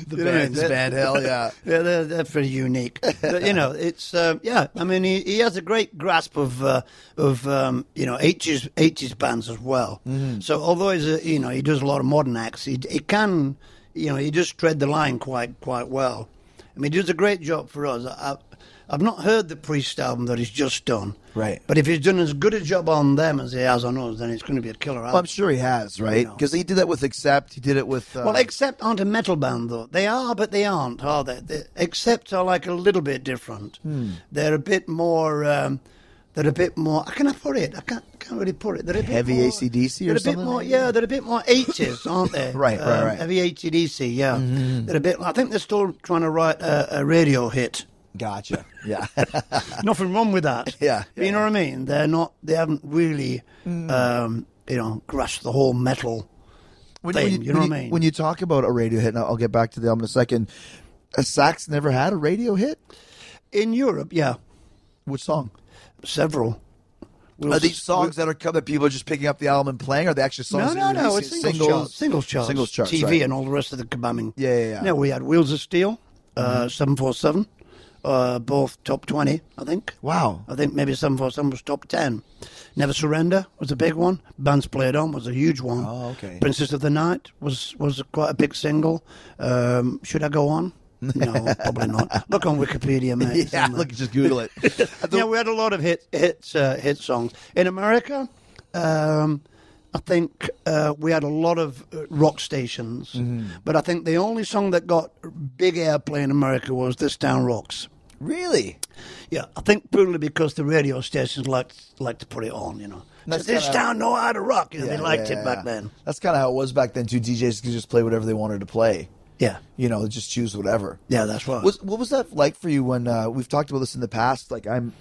Speaker 3: the
Speaker 2: band's bad, hell, yeah.
Speaker 3: yeah, they're, they're pretty unique. But, you know, it's uh, yeah. I mean, he, he has a great grasp of uh, of um, you know eighties eighties bands as well.
Speaker 2: Mm-hmm.
Speaker 3: So although he's a, you know he does a lot of modern acts, he, he can you know he does tread the line quite quite well. I mean, he does a great job for us. I, I've not heard the Priest album that he's just done.
Speaker 2: Right.
Speaker 3: But if he's done as good a job on them as he has on us, then it's going to be a killer album.
Speaker 2: Well, I'm sure he has, right?
Speaker 3: No.
Speaker 2: Because he did that with Accept. He did it with. Uh,
Speaker 3: Well, Accept aren't a metal band, though. They are, but they aren't, are they? they Accept are like a little bit different. They're a bit more. Um, they're a bit more. Can I put it? I can't. I can't really put it. They're a bit
Speaker 2: Heavy
Speaker 3: more,
Speaker 2: AC/DC or
Speaker 3: they're A
Speaker 2: something?
Speaker 3: bit more, yeah, they're a bit more eighties, aren't they? Um,
Speaker 2: Right, right, right.
Speaker 3: Heavy ACDC, yeah. They're a bit. I think they're still trying to write a, a radio hit.
Speaker 2: gotcha. Yeah.
Speaker 3: Nothing wrong with that.
Speaker 2: Yeah,
Speaker 3: But
Speaker 2: yeah.
Speaker 3: you know what I mean. They're not. They haven't really, um, you know, grasped the whole metal.
Speaker 2: when,
Speaker 3: thing,
Speaker 2: when
Speaker 3: you know
Speaker 2: when
Speaker 3: what I mean?
Speaker 2: When you talk about a radio hit, and I'll get back to the album in a second. Uh, Sax never had a radio hit.
Speaker 3: In Europe, yeah,
Speaker 2: Which song?
Speaker 3: several.
Speaker 2: Are these songs that are coming that people are just picking up the album and playing? Or are they actually
Speaker 3: No,
Speaker 2: songs?
Speaker 3: no,
Speaker 2: that are
Speaker 3: no. It's
Speaker 2: releasing
Speaker 3: singles, charts. Singles charts.
Speaker 2: Singles charts,
Speaker 3: TV
Speaker 2: right.
Speaker 3: and all the rest of the kabamming.
Speaker 2: Yeah, yeah, Mm-hmm. yeah.
Speaker 3: No, we had Wheels of Steel, uh, 747, uh, both top 20, I think.
Speaker 2: Wow.
Speaker 3: I think maybe 747 was top 10. Never Surrender was a big one. Bands Played On was a huge one.
Speaker 2: Oh, okay.
Speaker 3: Princess of the Night was, was quite a big single. Um, should I go on? No, probably not. Look on Wikipedia, mate. It's
Speaker 2: Yeah,
Speaker 3: on there.
Speaker 2: look, just Google it.
Speaker 3: Yeah, we had a lot of hit hit uh, hit songs in America. Um, I think uh, we had a lot of uh, rock stations,
Speaker 2: Mm-hmm.
Speaker 3: but I think the only song that got big airplay in America was "This Town Rocks."
Speaker 2: really?
Speaker 3: Yeah, I think purely because the radio stations liked like to put it on, you know.
Speaker 2: That's
Speaker 3: this
Speaker 2: kinda-
Speaker 3: town know how to rock. You know,
Speaker 2: Yeah,
Speaker 3: they liked
Speaker 2: yeah,
Speaker 3: it back
Speaker 2: yeah.
Speaker 3: then.
Speaker 2: That's kind of how it was back then. Too DJs could just play whatever they wanted to play.
Speaker 3: Yeah,
Speaker 2: You know, just choose whatever.
Speaker 3: yeah, that's right.
Speaker 2: Was, what was that like for you when uh, we've talked about this in the past? Like I'm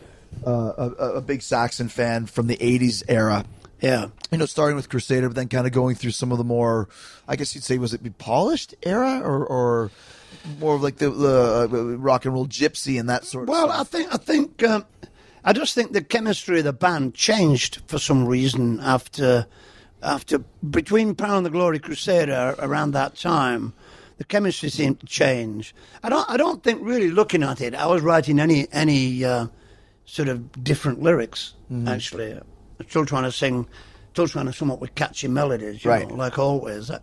Speaker 2: uh, a, a big Saxon fan from the '80s era.
Speaker 3: yeah,
Speaker 2: You know, starting with Crusader, but then kind of going through some of the more, I guess you'd say, was it polished era or, or more of like the, the uh, rock and roll gypsy and that sort of
Speaker 3: Well,
Speaker 2: stuff?
Speaker 3: I think I think um, I just think the chemistry of the band changed for some reason after after between Power and the Glory Crusader around that time. The chemistry seemed to change. I don't. I don't think really looking at it, I was writing any any uh, sort of different lyrics.
Speaker 2: Mm-hmm.
Speaker 3: Actually, I'm still trying to sing, still trying to come up with catchy melodies. You
Speaker 2: Right.
Speaker 3: know, like always. I,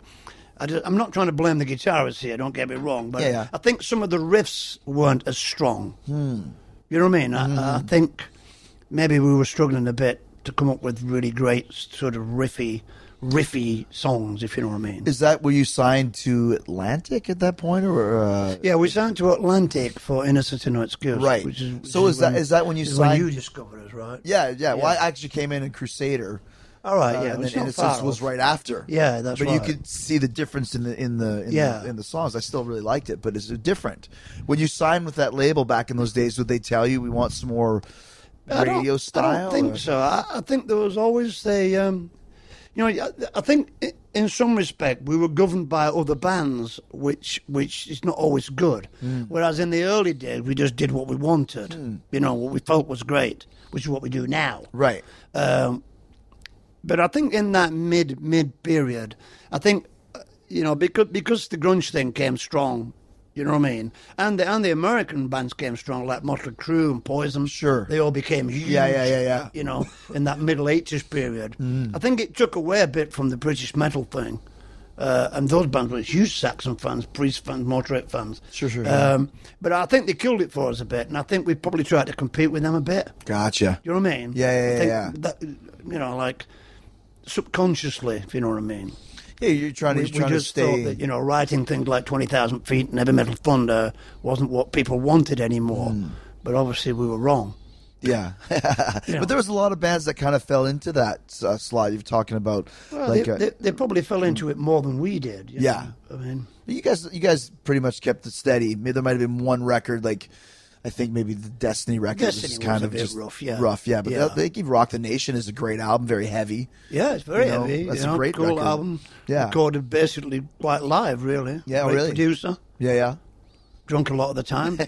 Speaker 3: I just, I'm not trying to blame the guitarists here. Don't get me wrong, but
Speaker 2: Yeah, yeah.
Speaker 3: I think some of the riffs weren't as strong. You know what I mean? I, I
Speaker 2: Mm.
Speaker 3: think maybe we were struggling a bit to come up with really great sort of riffy, riffy songs, if you know what I mean.
Speaker 2: Is that were you signed to Atlantic at that point, or uh,
Speaker 3: yeah, we signed to Atlantic for Innocent and No Excuse.
Speaker 2: Right.
Speaker 3: Which is, which
Speaker 2: So is that-
Speaker 3: when-
Speaker 2: is that when you
Speaker 3: is
Speaker 2: signed-
Speaker 3: When you discovered us, right?
Speaker 2: yeah, yeah, Well, I actually came in in Crusader.
Speaker 3: All right.
Speaker 2: uh,
Speaker 3: yeah.
Speaker 2: and
Speaker 3: it's
Speaker 2: then
Speaker 3: not
Speaker 2: Innocence
Speaker 3: far
Speaker 2: was
Speaker 3: off.
Speaker 2: right after.
Speaker 3: Yeah, that's
Speaker 2: but you
Speaker 3: right.
Speaker 2: could see the difference in the in the in,
Speaker 3: Yeah.
Speaker 2: the in the songs. I still really liked it, but it's different. When you signed with that label back in those days, would they tell you we want some more
Speaker 3: I don't-
Speaker 2: radio style?
Speaker 3: I don't think
Speaker 2: or-
Speaker 3: so. I, I think there was always the, um, you know, I, I think i- in some respect we were governed by other bands, which which is not always good.
Speaker 2: Hmm.
Speaker 3: Whereas in the early days we just did what we wanted, you know, what we felt was great, which is what we do now.
Speaker 2: Right.
Speaker 3: Um, but I think in that mid mid period, I think uh, you know because because the grunge thing came strong, you know what I mean, and the and the American bands came strong like Motley Crue and Poison.
Speaker 2: Sure.
Speaker 3: they all became huge.
Speaker 2: Yeah, yeah, yeah, yeah. Mm.
Speaker 3: You know, in that middle eighties period, I think it took away a bit from the British metal thing. Uh, and those bands were huge Saxon fans, Priest fans, Motorhead fans.
Speaker 2: Sure, sure, yeah.
Speaker 3: Um, but I think they killed it for us a bit, and I think we probably tried to compete with them a bit.
Speaker 2: Gotcha.
Speaker 3: You know what I mean?
Speaker 2: Yeah, yeah,
Speaker 3: I think
Speaker 2: yeah, yeah.
Speaker 3: That, you know, like subconsciously, if you know what I mean.
Speaker 2: Yeah, you're trying to
Speaker 3: We,
Speaker 2: you're trying
Speaker 3: we
Speaker 2: to
Speaker 3: just
Speaker 2: stay.
Speaker 3: thought that you know, writing things like Twenty Thousand Feet and Heavy Metal Thunder wasn't what people wanted anymore.
Speaker 2: Hmm.
Speaker 3: But obviously, we were wrong.
Speaker 2: Yeah, Uh, but there was a lot of bands that kind of fell into that uh, slot. You're talking about,
Speaker 3: Well,
Speaker 2: like
Speaker 3: they,
Speaker 2: uh,
Speaker 3: they, they probably fell into it more than we did. you
Speaker 2: Yeah.
Speaker 3: know? I mean,
Speaker 2: You guys, you guys pretty much kept it steady. Maybe there might have been one record, like I think maybe the Destiny record
Speaker 3: Destiny
Speaker 2: was just
Speaker 3: was
Speaker 2: kind
Speaker 3: a
Speaker 2: of
Speaker 3: bit
Speaker 2: just
Speaker 3: rough, yeah.
Speaker 2: rough, yeah. But
Speaker 3: Yeah.
Speaker 2: I think Rock the Nation is a great album, very heavy.
Speaker 3: yeah, it's very
Speaker 2: You know,
Speaker 3: heavy.
Speaker 2: that's
Speaker 3: you
Speaker 2: a
Speaker 3: know,
Speaker 2: great
Speaker 3: cool
Speaker 2: record.
Speaker 3: album.
Speaker 2: Yeah.
Speaker 3: recorded basically quite live, really.
Speaker 2: Yeah,
Speaker 3: great
Speaker 2: really.
Speaker 3: Producer,
Speaker 2: Yeah, yeah.
Speaker 3: drunk a lot of the time.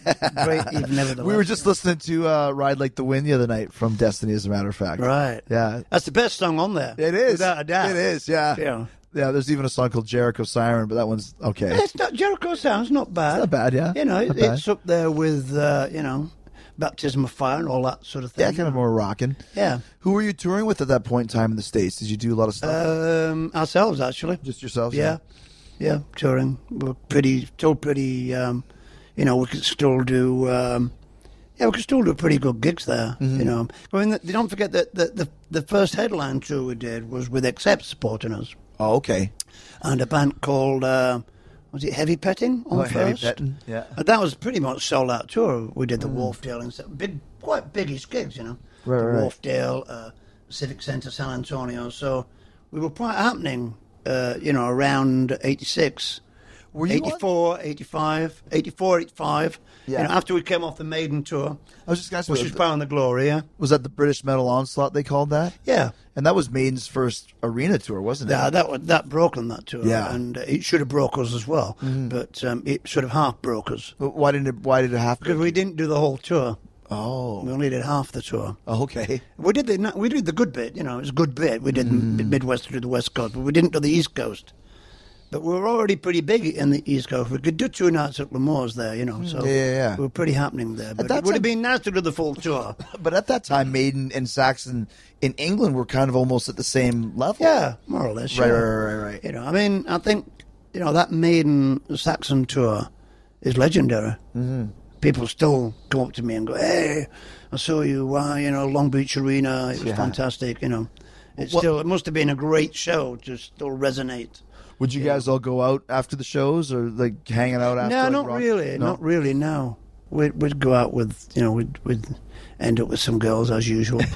Speaker 3: great, even nevertheless.
Speaker 2: We were just listening to uh, "Ride Like the Wind" the other night from Destiny, as a matter of fact.
Speaker 3: right.
Speaker 2: Yeah,
Speaker 3: that's the best song on there.
Speaker 2: it is.
Speaker 3: without a doubt.
Speaker 2: It is. Yeah.
Speaker 3: Yeah.
Speaker 2: Yeah. There's even a song called "Jericho Siren," but that one's okay.
Speaker 3: It's not Jericho sounds not bad.
Speaker 2: not bad, yeah.
Speaker 3: You know,
Speaker 2: Not
Speaker 3: it,
Speaker 2: bad.
Speaker 3: it's up there with uh, you know, baptism of fire and all that sort of thing.
Speaker 2: Yeah, kind of more rocking.
Speaker 3: Yeah.
Speaker 2: Who were you touring with at that point in time in the states? Did you do a lot of stuff?
Speaker 3: Um, ourselves actually.
Speaker 2: Just yourselves?
Speaker 3: yeah, yeah, touring. We We're pretty, still pretty. Um, you know, we could still do. Um, yeah, we could still do pretty good gigs there.
Speaker 2: Mm-hmm.
Speaker 3: You know, I mean, th- don't forget that the, the the first headline tour we did was with Accept supporting us.
Speaker 2: Oh, okay.
Speaker 3: and a band called uh, was it Heavy Petting on
Speaker 2: Oh,
Speaker 3: first?
Speaker 2: Heavy Petting, yeah. Mm.
Speaker 3: And that was pretty much sold out tour. We did the Wharfdale and stuff, big, quite biggish gigs, you know.
Speaker 2: Right,
Speaker 3: the
Speaker 2: right, right.
Speaker 3: Wharfdale, uh, Civic Centre, San Antonio. So we were quite happening, uh, you know, around '86.
Speaker 2: Were you on-
Speaker 3: 84, 85, 84, 85.
Speaker 2: Yeah.
Speaker 3: You know, after we came off the Maiden tour,
Speaker 2: I was just going to ask,
Speaker 3: which
Speaker 2: was,
Speaker 3: was Power and the Glory, yeah?
Speaker 2: was that the British Metal Onslaught they called that?
Speaker 3: Yeah.
Speaker 2: And that was Maiden's first arena tour, wasn't it?
Speaker 3: Yeah, that wa- that broke on that tour,
Speaker 2: Yeah. Mm-hmm.
Speaker 3: and uh, it should have broke us as well, but um, it sort of half broke us.
Speaker 2: But why didn't it? Why did it have
Speaker 3: because
Speaker 2: to?
Speaker 3: we didn't do the whole tour.
Speaker 2: Oh.
Speaker 3: We only did half the tour.
Speaker 2: Okay.
Speaker 3: We did the no, we did the good bit, you know, it was a good bit. We did the
Speaker 2: Mm-hmm.
Speaker 3: mid- Midwest through the West Coast, but we didn't do the East Coast. But we were already pretty big in the East Coast. We could do two nights at Lamore's there, you know. So
Speaker 2: Mm. yeah, yeah, yeah.
Speaker 3: we were pretty happening there. But
Speaker 2: that
Speaker 3: it would
Speaker 2: time-
Speaker 3: have been nice to do the full tour.
Speaker 2: But at that time, Maiden and Saxon in England were kind of almost at the same level.
Speaker 3: yeah, more or less.
Speaker 2: Right,
Speaker 3: yeah.
Speaker 2: right, right, right, right.
Speaker 3: You know, I mean, I think you know that Maiden Saxon tour is legendary. Mm-hmm. People still come up to me and go, "Hey, I saw you. Wow, you know, Long Beach Arena. It was
Speaker 2: Yeah.
Speaker 3: fantastic. You know, it's
Speaker 2: What-
Speaker 3: still it must have been a great show to still resonate."
Speaker 2: Would you guys all go out after the shows or like hanging out after?
Speaker 3: no,
Speaker 2: like,
Speaker 3: not
Speaker 2: rock-
Speaker 3: really.
Speaker 2: No?
Speaker 3: Not really. No, we'd, we'd go out with you know we'd we'd end up with some girls as usual.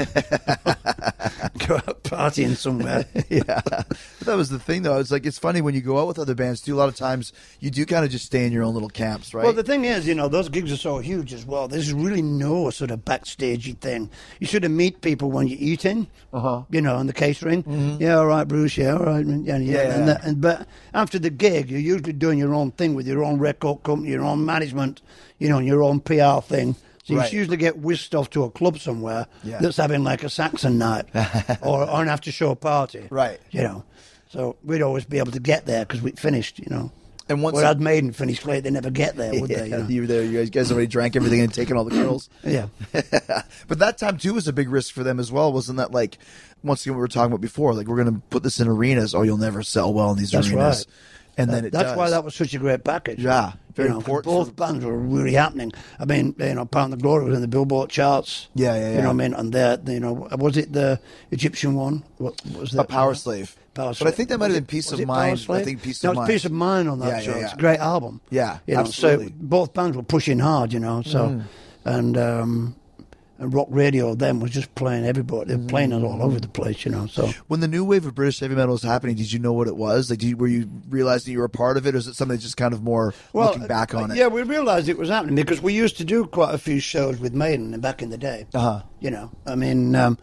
Speaker 3: go out partying somewhere.
Speaker 2: yeah. But that was the thing, though. It's like it's funny when you go out with other bands too. A lot of times you do kind of just stay in your own little camps, right?
Speaker 3: Well, the thing is, you know, those gigs are so huge as well. There's really no sort of backstagey thing. You sort of meet people when you're eating, uh-huh. you know, on the catering. Yeah, all right, Bruce. Yeah, all right. And, yeah, yeah.
Speaker 2: Mm-hmm. Yeah.
Speaker 3: And that, and, but after the gig, you're usually doing your own thing with your own record company, your own management, you know, and your own PR thing. So you
Speaker 2: Right.
Speaker 3: usually get whisked off to a club somewhere
Speaker 2: Yeah.
Speaker 3: that's having like a Saxon night or, or an after-show party.
Speaker 2: Right.
Speaker 3: You know. So we'd always be able to get there because we finished, you know.
Speaker 2: And once-
Speaker 3: Whereas Maiden finished late, they never get there, would
Speaker 2: yeah,
Speaker 3: they? You know?
Speaker 2: you were there. You guys, guys already drank everything and taken all the girls.
Speaker 3: Yeah.
Speaker 2: but that time too was a big risk for them as well, wasn't that? Like once again, we were talking about before, like we're going to put this in arenas. Oh, you'll never sell well in these
Speaker 3: That's
Speaker 2: arenas.
Speaker 3: right.
Speaker 2: And then it
Speaker 3: That's
Speaker 2: does.
Speaker 3: why that was such a great package.
Speaker 2: Yeah, very
Speaker 3: you know, 'cause
Speaker 2: important for-
Speaker 3: Both bands were really happening. I mean, you know, Pound the Glory was in the Billboard charts.
Speaker 2: Yeah, yeah,
Speaker 3: You
Speaker 2: yeah.
Speaker 3: know what I mean? And there, you know, was it the Egyptian one? What what was that?
Speaker 2: a power slave.
Speaker 3: Power
Speaker 2: But
Speaker 3: Slave.
Speaker 2: I think that might
Speaker 3: Was
Speaker 2: have been
Speaker 3: it-
Speaker 2: peace
Speaker 3: was
Speaker 2: of
Speaker 3: it Power
Speaker 2: mind. I
Speaker 3: Slave?
Speaker 2: think peace
Speaker 3: No,
Speaker 2: of
Speaker 3: it's
Speaker 2: mind.
Speaker 3: Peace of Mind on that
Speaker 2: Yeah,
Speaker 3: show.
Speaker 2: yeah,
Speaker 3: It's a
Speaker 2: yeah.
Speaker 3: great album.
Speaker 2: Yeah,
Speaker 3: you know,
Speaker 2: absolutely. Mm.
Speaker 3: So both bands were pushing hard, you know. So and um, and rock radio then was just playing everybody. They were playing it all over the place, you know. So
Speaker 2: When the new wave of British heavy metal was happening, did you know what it was? Like, did you, were you realizing you were a part of it, or is it something that's just kind of more looking back on it?
Speaker 3: uh, Yeah, we realised it was happening because we used to do quite a few shows with Maiden back in the day.
Speaker 2: Uh-huh.
Speaker 3: You know, I mean, um,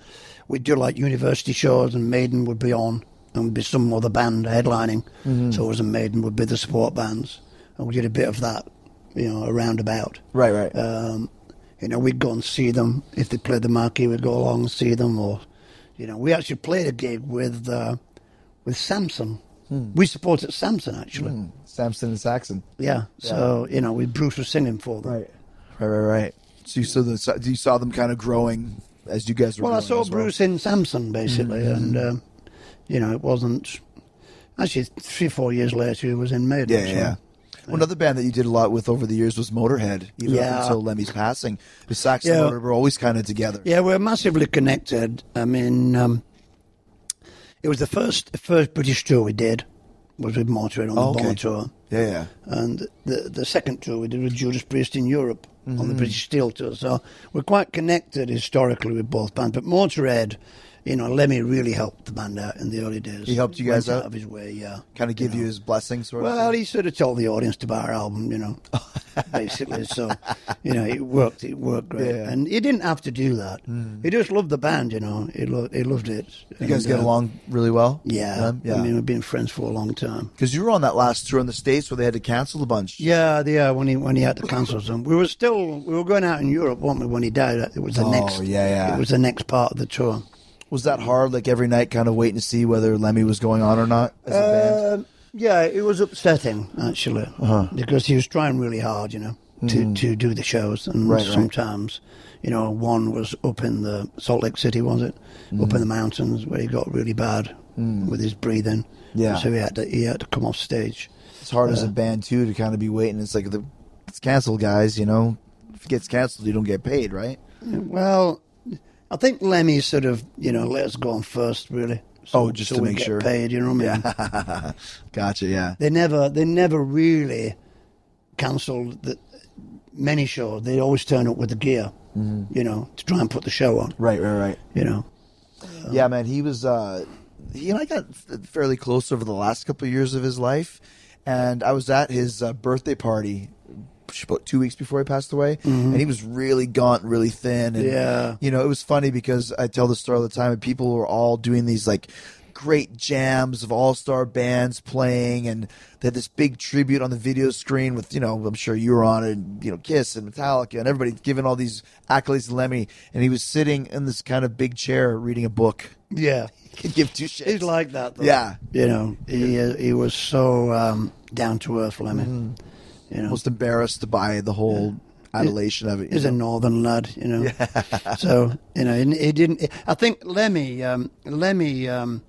Speaker 3: we'd do like university shows and Maiden would be on and would be some other band headlining.
Speaker 2: Mm-hmm.
Speaker 3: So us and Maiden would be the support bands. And we did a bit of that, you know, around about.
Speaker 2: Right, right.
Speaker 3: Um, you know, we'd go and see them. If they played the marquee, we'd go along and see them. Or, you know, we actually played a gig with uh, with Samson.
Speaker 2: Hmm.
Speaker 3: We supported Samson, actually.
Speaker 2: Samson and Saxon.
Speaker 3: Yeah. So you know, we Bruce was singing for them.
Speaker 2: Right, right, right. So you saw the so you saw them kind of growing as you guys were.
Speaker 3: Well, I
Speaker 2: growing
Speaker 3: saw
Speaker 2: as
Speaker 3: Bruce in Samson basically,
Speaker 2: Mm-hmm.
Speaker 3: and um, you know, it wasn't actually three or four years later he was in Maiden.
Speaker 2: Yeah, yeah.
Speaker 3: so-
Speaker 2: yeah. Well, Another band that you did a lot with over the years was Motorhead. Even
Speaker 3: Yeah.
Speaker 2: up until Lemmy's passing, the Saxon
Speaker 3: Yeah.
Speaker 2: and Motorhead were always kind of together.
Speaker 3: Yeah, we're massively connected. I mean, um, it was the first the first British tour we did was with Motorhead on the
Speaker 2: Oh,
Speaker 3: Bomber
Speaker 2: okay.
Speaker 3: tour,
Speaker 2: yeah, yeah.
Speaker 3: and the the second tour we did with Judas Priest in Europe on
Speaker 2: Mm.
Speaker 3: the British Steel tour. So we're quite connected historically with both bands. But Motorhead, you know, Lemmy really helped the band out in the early days.
Speaker 2: He helped you guys
Speaker 3: Went
Speaker 2: out?
Speaker 3: of his way, yeah.
Speaker 2: Kind of give you, his blessing, sort
Speaker 3: Well,
Speaker 2: of. thing.
Speaker 3: he sort of told the audience to buy our album, you know, basically. So, you know, it worked. It worked great,
Speaker 2: Yeah. Mm.
Speaker 3: and he didn't have to do that. He just loved the band, you know. He loved. He loved it.
Speaker 2: you guys
Speaker 3: And,
Speaker 2: get
Speaker 3: uh,
Speaker 2: along really well.
Speaker 3: Yeah,
Speaker 2: Um, yeah.
Speaker 3: I mean, we've been friends for a long time.
Speaker 2: Because you were on that last tour in the states where they had to cancel a bunch.
Speaker 3: Yeah, yeah. When he when he had to cancel some, we were still we were going out in Europe, weren't we? When he died, it was the
Speaker 2: Oh,
Speaker 3: next.
Speaker 2: yeah, yeah.
Speaker 3: It was the next part of the tour.
Speaker 2: Was that hard? Like every night, kind of waiting to see whether Lemmy was going on or not as a band. Uh-huh.
Speaker 3: Um, yeah, it was upsetting actually because he was trying really hard, you know, to, to do the shows, and
Speaker 2: Mm. Right, right.
Speaker 3: sometimes, you know, one was up in the Salt Lake City, was it? Up
Speaker 2: Mm.
Speaker 3: in the mountains where he got really bad with his breathing.
Speaker 2: Yeah.
Speaker 3: so he had to he had to come off stage.
Speaker 2: It's hard as a band too to kind of be waiting. It's like the it's canceled, guys. You know, if it gets canceled, you don't get paid, right?
Speaker 3: Well, I think Lemmy sort of you know let us go on first, really. So,
Speaker 2: Oh, just
Speaker 3: so
Speaker 2: to
Speaker 3: we
Speaker 2: make
Speaker 3: get
Speaker 2: sure.
Speaker 3: paid. You know what I mean?
Speaker 2: Gotcha. Yeah.
Speaker 3: they never they never really cancelled the many shows. They always turn up with the gear,
Speaker 2: Mm-hmm.
Speaker 3: you know, to try and put the show on.
Speaker 2: Right. Right. Right.
Speaker 3: You know,
Speaker 2: yeah, man. He was. Uh, he and I got f- fairly close over the last couple of years of his life, and I was at his uh, birthday party about two weeks before he passed away, and he was really gaunt, really thin, and
Speaker 3: Yeah.
Speaker 2: you know, it was funny because I tell the story all the time, and people were all doing these like great jams of all star bands playing, and they had this big tribute on the video screen with you know I'm sure you were on it, and, you know Kiss and Metallica and everybody giving all these accolades to Lemmy, and he was sitting in this kind of big chair reading a book.
Speaker 3: Yeah.
Speaker 2: He could give two shits.
Speaker 3: He's like that, though.
Speaker 2: Yeah. Mm-hmm.
Speaker 3: You know, he, uh, he was so um, down to earth, Lemmy. You know,
Speaker 2: almost embarrassed by the whole adulation of it. you
Speaker 3: he's a
Speaker 2: know?
Speaker 3: northern lad, you know. so, you know, and he didn't. I think Lemmy, um, Lemmy um,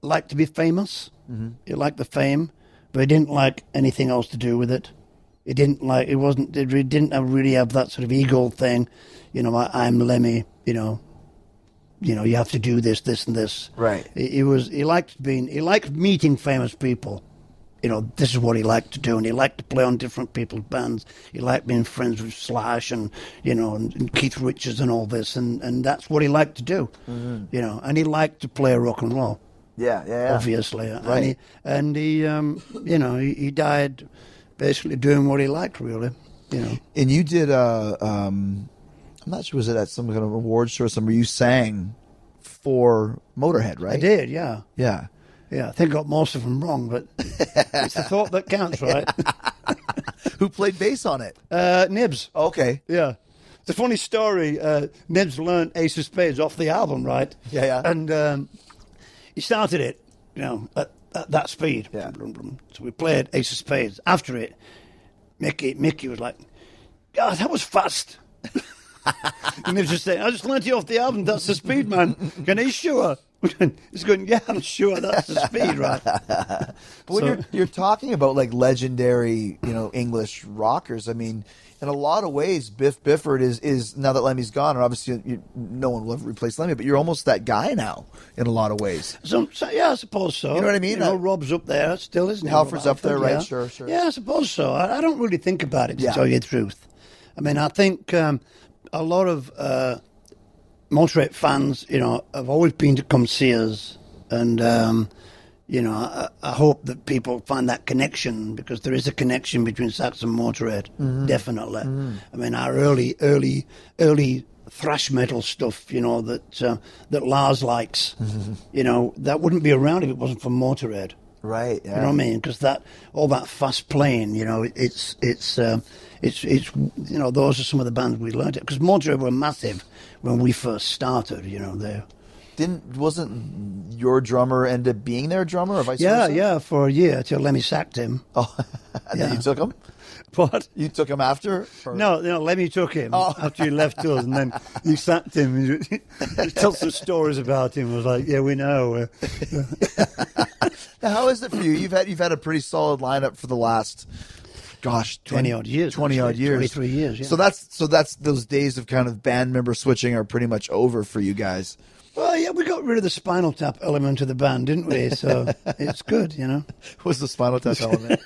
Speaker 3: liked to be famous. He liked the fame, but he didn't like anything else to do with it. He didn't like, it wasn't, he didn't have- really have that sort of ego thing. You know, I, I'm Lemmy, you know. You know, you have to do this, this, and this.
Speaker 2: Right.
Speaker 3: He, he was. He liked being. He liked meeting famous people. You know, this is what he liked to do, and he liked to play on different people's bands. He liked being friends with Slash and you know and, and Keith Richards and all this, and and that's what he liked to do. You know, and he liked to play rock and roll,
Speaker 2: yeah, yeah, yeah.
Speaker 3: obviously.
Speaker 2: Right.
Speaker 3: And he, and he um, you know, he, he died basically doing what he liked, really. You know.
Speaker 2: And you did. Uh, um, I'm not sure was it at some kind of award show or somewhere you sang for Motorhead, right?
Speaker 3: I did, yeah.
Speaker 2: Yeah.
Speaker 3: Yeah, I think I got most of them wrong, but it's the thought that counts, right?
Speaker 2: Who played bass on it?
Speaker 3: Uh, Nibs.
Speaker 2: Okay.
Speaker 3: Yeah. It's a funny story. Uh, Nibs learned Ace of Spades off the album, right?
Speaker 2: Yeah, yeah.
Speaker 3: And um, he started it, you know, at, at that speed.
Speaker 2: Yeah.
Speaker 3: Blum, blum. So we played Ace of Spades. After it, Mickey Mickey was like, God, that was fast. and Nibs just saying, I just learned it off the album. That's the speed, man. Can he sure? He's going, yeah, I'm sure that's the speed, right?
Speaker 2: But when
Speaker 3: So-
Speaker 2: you're you're talking about like legendary, you know, English rockers, I mean, in a lot of ways, Biff Bifford is is now that Lemmy's gone, and obviously you, no one will ever replace Lemmy, but you're almost that guy now in a lot of ways.
Speaker 3: So, so yeah, I suppose so.
Speaker 2: You know what I mean?
Speaker 3: You know,
Speaker 2: Uh,
Speaker 3: Rob's up there still, isn't he?
Speaker 2: Halford's
Speaker 3: Rob
Speaker 2: up there,
Speaker 3: Halford,
Speaker 2: right?
Speaker 3: yeah.
Speaker 2: Sure, sure.
Speaker 3: Yeah, I suppose so. I, I don't really think about it to
Speaker 2: Yeah.
Speaker 3: tell you the truth. I mean, I think um, a lot of uh, Motorhead fans, you know, have always been to come see us, and um, you know, I, I hope that people find that connection because there is a connection between Sax and Motorhead, definitely. I mean, our early, early, early thrash metal stuff, you know, that uh, that Lars likes, you know, that wouldn't be around if it wasn't for Motorhead.
Speaker 2: Right. Yeah.
Speaker 3: You know what I mean? Because that all that fast playing, you know, it's it's um, it's it's you know those are some of the bands we learned it because Motorhead were massive when we first started. You know they
Speaker 2: Didn't wasn't your drummer end up being their drummer or vice
Speaker 3: yeah
Speaker 2: versa?
Speaker 3: yeah for a year till Lemmy sacked him.
Speaker 2: Oh, and then
Speaker 3: Yeah.
Speaker 2: you took him.
Speaker 3: But
Speaker 2: You took him after? Or-
Speaker 3: no, no, Lemmy took him after he left us, and then he sacked him. He told some stories about him. I was like, yeah, we know. Uh,
Speaker 2: Now, how is it for you? You've had you've had a pretty solid lineup for the last, gosh,
Speaker 3: 20 odd years,
Speaker 2: twenty odd
Speaker 3: actually.
Speaker 2: years,
Speaker 3: 23 years, yeah.
Speaker 2: So that's so that's those days of kind of band member switching are pretty much over for you guys.
Speaker 3: Well, yeah, we got rid of the Spinal Tap element of the band, didn't we? So it's good, you know.
Speaker 2: Was the Spinal Tap element?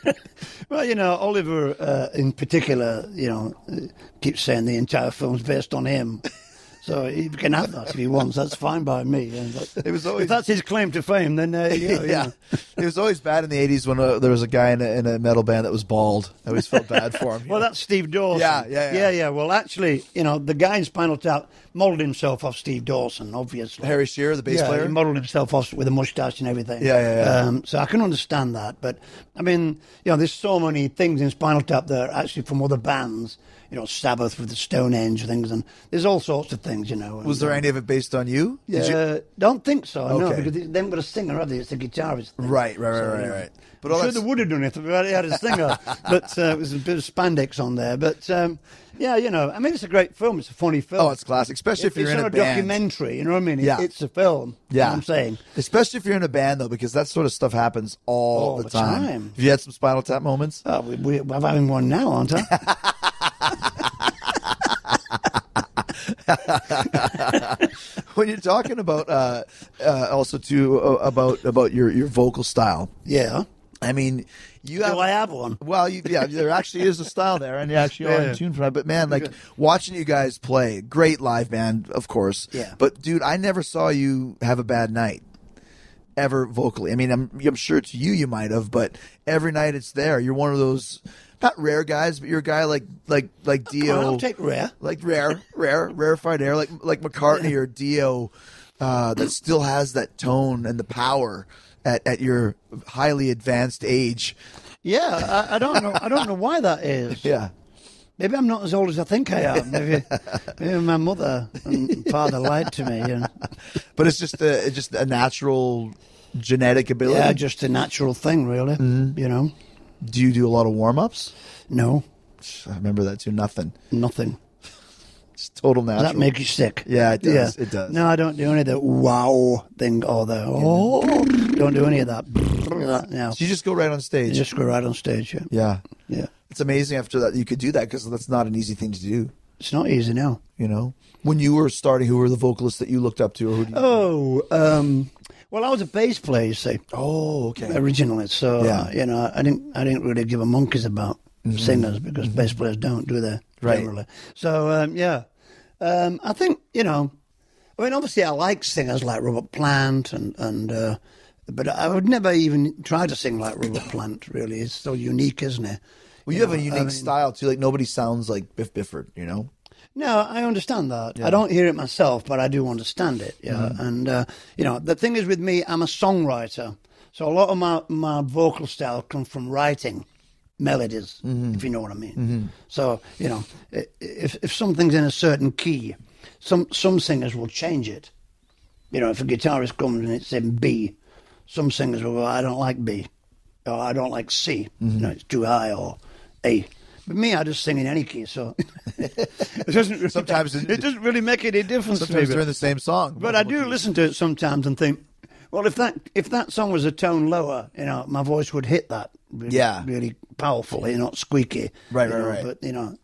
Speaker 3: Well, you know, Oliver uh, in particular, you know, uh, keeps saying the entire film's based on him. So he can have that if he wants. That's fine by me. And that-
Speaker 2: It was always-
Speaker 3: if that's his claim to fame, then uh,
Speaker 2: yeah,
Speaker 3: yeah, yeah.
Speaker 2: it was always bad in the eighties when uh, there was a guy in a, in a metal band that was bald. I always felt bad for him. you
Speaker 3: Well,
Speaker 2: know?
Speaker 3: that's Steve Dawson.
Speaker 2: Yeah, yeah, yeah.
Speaker 3: yeah, Well, actually, you know, the guy in Spinal Tap modelled himself off Steve Dawson, obviously.
Speaker 2: Harry Shearer, the bass
Speaker 3: yeah,
Speaker 2: player.
Speaker 3: He modelled himself off with a mustache and everything.
Speaker 2: Yeah, yeah, yeah.
Speaker 3: Um, so I can understand that, but I mean, you know, there's so many things in Spinal Tap that are actually from other bands. You know, Sabbath with the Stone Age things, and there's all sorts of things. You know. and,
Speaker 2: was there
Speaker 3: uh,
Speaker 2: any of it based on you? Did you-
Speaker 3: Uh, don't think so. No,
Speaker 2: Okay.
Speaker 3: because they haven't got a singer, have they? It's a guitarist. Thing.
Speaker 2: Right, right, right,
Speaker 3: So,
Speaker 2: right,
Speaker 3: you know.
Speaker 2: right. But
Speaker 3: I'm
Speaker 2: all
Speaker 3: sure
Speaker 2: that's-
Speaker 3: they would have done it if they already had a singer, but uh, it was a bit of spandex on there. But um, yeah, you know, I mean, it's a great film. It's a funny film.
Speaker 2: Oh, it's classic, especially if,
Speaker 3: it's
Speaker 2: you're in
Speaker 3: not
Speaker 2: a,
Speaker 3: a
Speaker 2: band.
Speaker 3: documentary. You know what I mean? It-
Speaker 2: Yeah.
Speaker 3: it's a film. you know
Speaker 2: Yeah,
Speaker 3: what I'm saying.
Speaker 2: especially if you're in a band though, because that sort of stuff happens all,
Speaker 3: All
Speaker 2: the,
Speaker 3: the
Speaker 2: time.
Speaker 3: time.
Speaker 2: Have you had some Spinal Tap moments?
Speaker 3: Oh, we, we, I'm having one now, aren't I?
Speaker 2: when you're talking about uh, uh, also too uh, about about your your vocal style.
Speaker 3: yeah.
Speaker 2: I mean, you have
Speaker 3: Do I have one?
Speaker 2: well, you, yeah, there actually is a style there, and you actually are
Speaker 3: Yeah.
Speaker 2: in tune for that. But man, like watching you guys play, great live band, of course.
Speaker 3: Yeah.
Speaker 2: But dude, I never saw you have a bad night ever vocally. I mean, I'm I'm sure to you you might have, but every night it's there. You're one of those not rare guys, but you're a guy like like like Dio
Speaker 3: Well, I'll take rare.
Speaker 2: like rare, rare, rarefied air, like like McCartney or Dio. uh, that still has that tone and the power at, at your highly advanced age.
Speaker 3: Yeah, I, I don't know. I don't know why that is.
Speaker 2: Yeah.
Speaker 3: Maybe I'm not as old as I think I am. Maybe, maybe my mother and father lied to me. You know?
Speaker 2: But it's just a, it's just a natural genetic ability.
Speaker 3: Yeah, just a natural thing, really. You know,
Speaker 2: do you do a lot of warm ups?
Speaker 3: no,
Speaker 2: I remember that too. Nothing.
Speaker 3: nothing.
Speaker 2: It's total
Speaker 3: Does
Speaker 2: natural.
Speaker 3: that make you sick?
Speaker 2: Yeah, it does. It does.
Speaker 3: No, I don't do any of that wow thing or the oh. Don't do any of that. No,
Speaker 2: So you just go right on stage.
Speaker 3: just go right on stage. Yeah,
Speaker 2: yeah.
Speaker 3: yeah.
Speaker 2: It's amazing after that you could do that because that's not an easy thing to do.
Speaker 3: It's not easy now.
Speaker 2: You know, when you were starting, who were the vocalists that you looked up to? Or who do you,
Speaker 3: Oh, um, well, I was a bass player, you see,
Speaker 2: oh, okay.
Speaker 3: originally. So uh,
Speaker 2: Yeah. Mm-hmm.
Speaker 3: you know, I didn't, I didn't really give a monkeys about singers because bass players don't do that
Speaker 2: Right.
Speaker 3: generally. So um, yeah, um, I think you know, I mean, obviously, I like singers like Robert Plant and and. Uh, but I would never even try to sing like Robert Plant. Really, it's so unique, isn't it?
Speaker 2: Well, you have a unique style too. Like nobody sounds like Biff Bifford. You know.
Speaker 3: No, I understand that. I don't hear it myself, but I do understand it. Yeah, and uh, you know the thing is with me, I'm a songwriter, so a lot of my my vocal style comes from writing melodies, if you know what I mean. So you know, i- if if something's in a certain key, some some singers will change it. You know, if a guitarist comes and it's in B, some singers will go, I don't like B, or I don't like C,
Speaker 2: Mm-hmm.
Speaker 3: you know, it's too high, or A. But me, I just sing in any key, so it doesn't. Really,
Speaker 2: Sometimes it-
Speaker 3: it, doesn't really make any difference. to me,
Speaker 2: Sometimes
Speaker 3: but-
Speaker 2: they're in the same song.
Speaker 3: but I do listen to it sometimes and think, well, if that if that song was a tone lower, you know, my voice would hit that. Really,
Speaker 2: Yeah.
Speaker 3: really powerfully, not squeaky.
Speaker 2: Right,
Speaker 3: you
Speaker 2: right,
Speaker 3: know,
Speaker 2: right.
Speaker 3: But you know,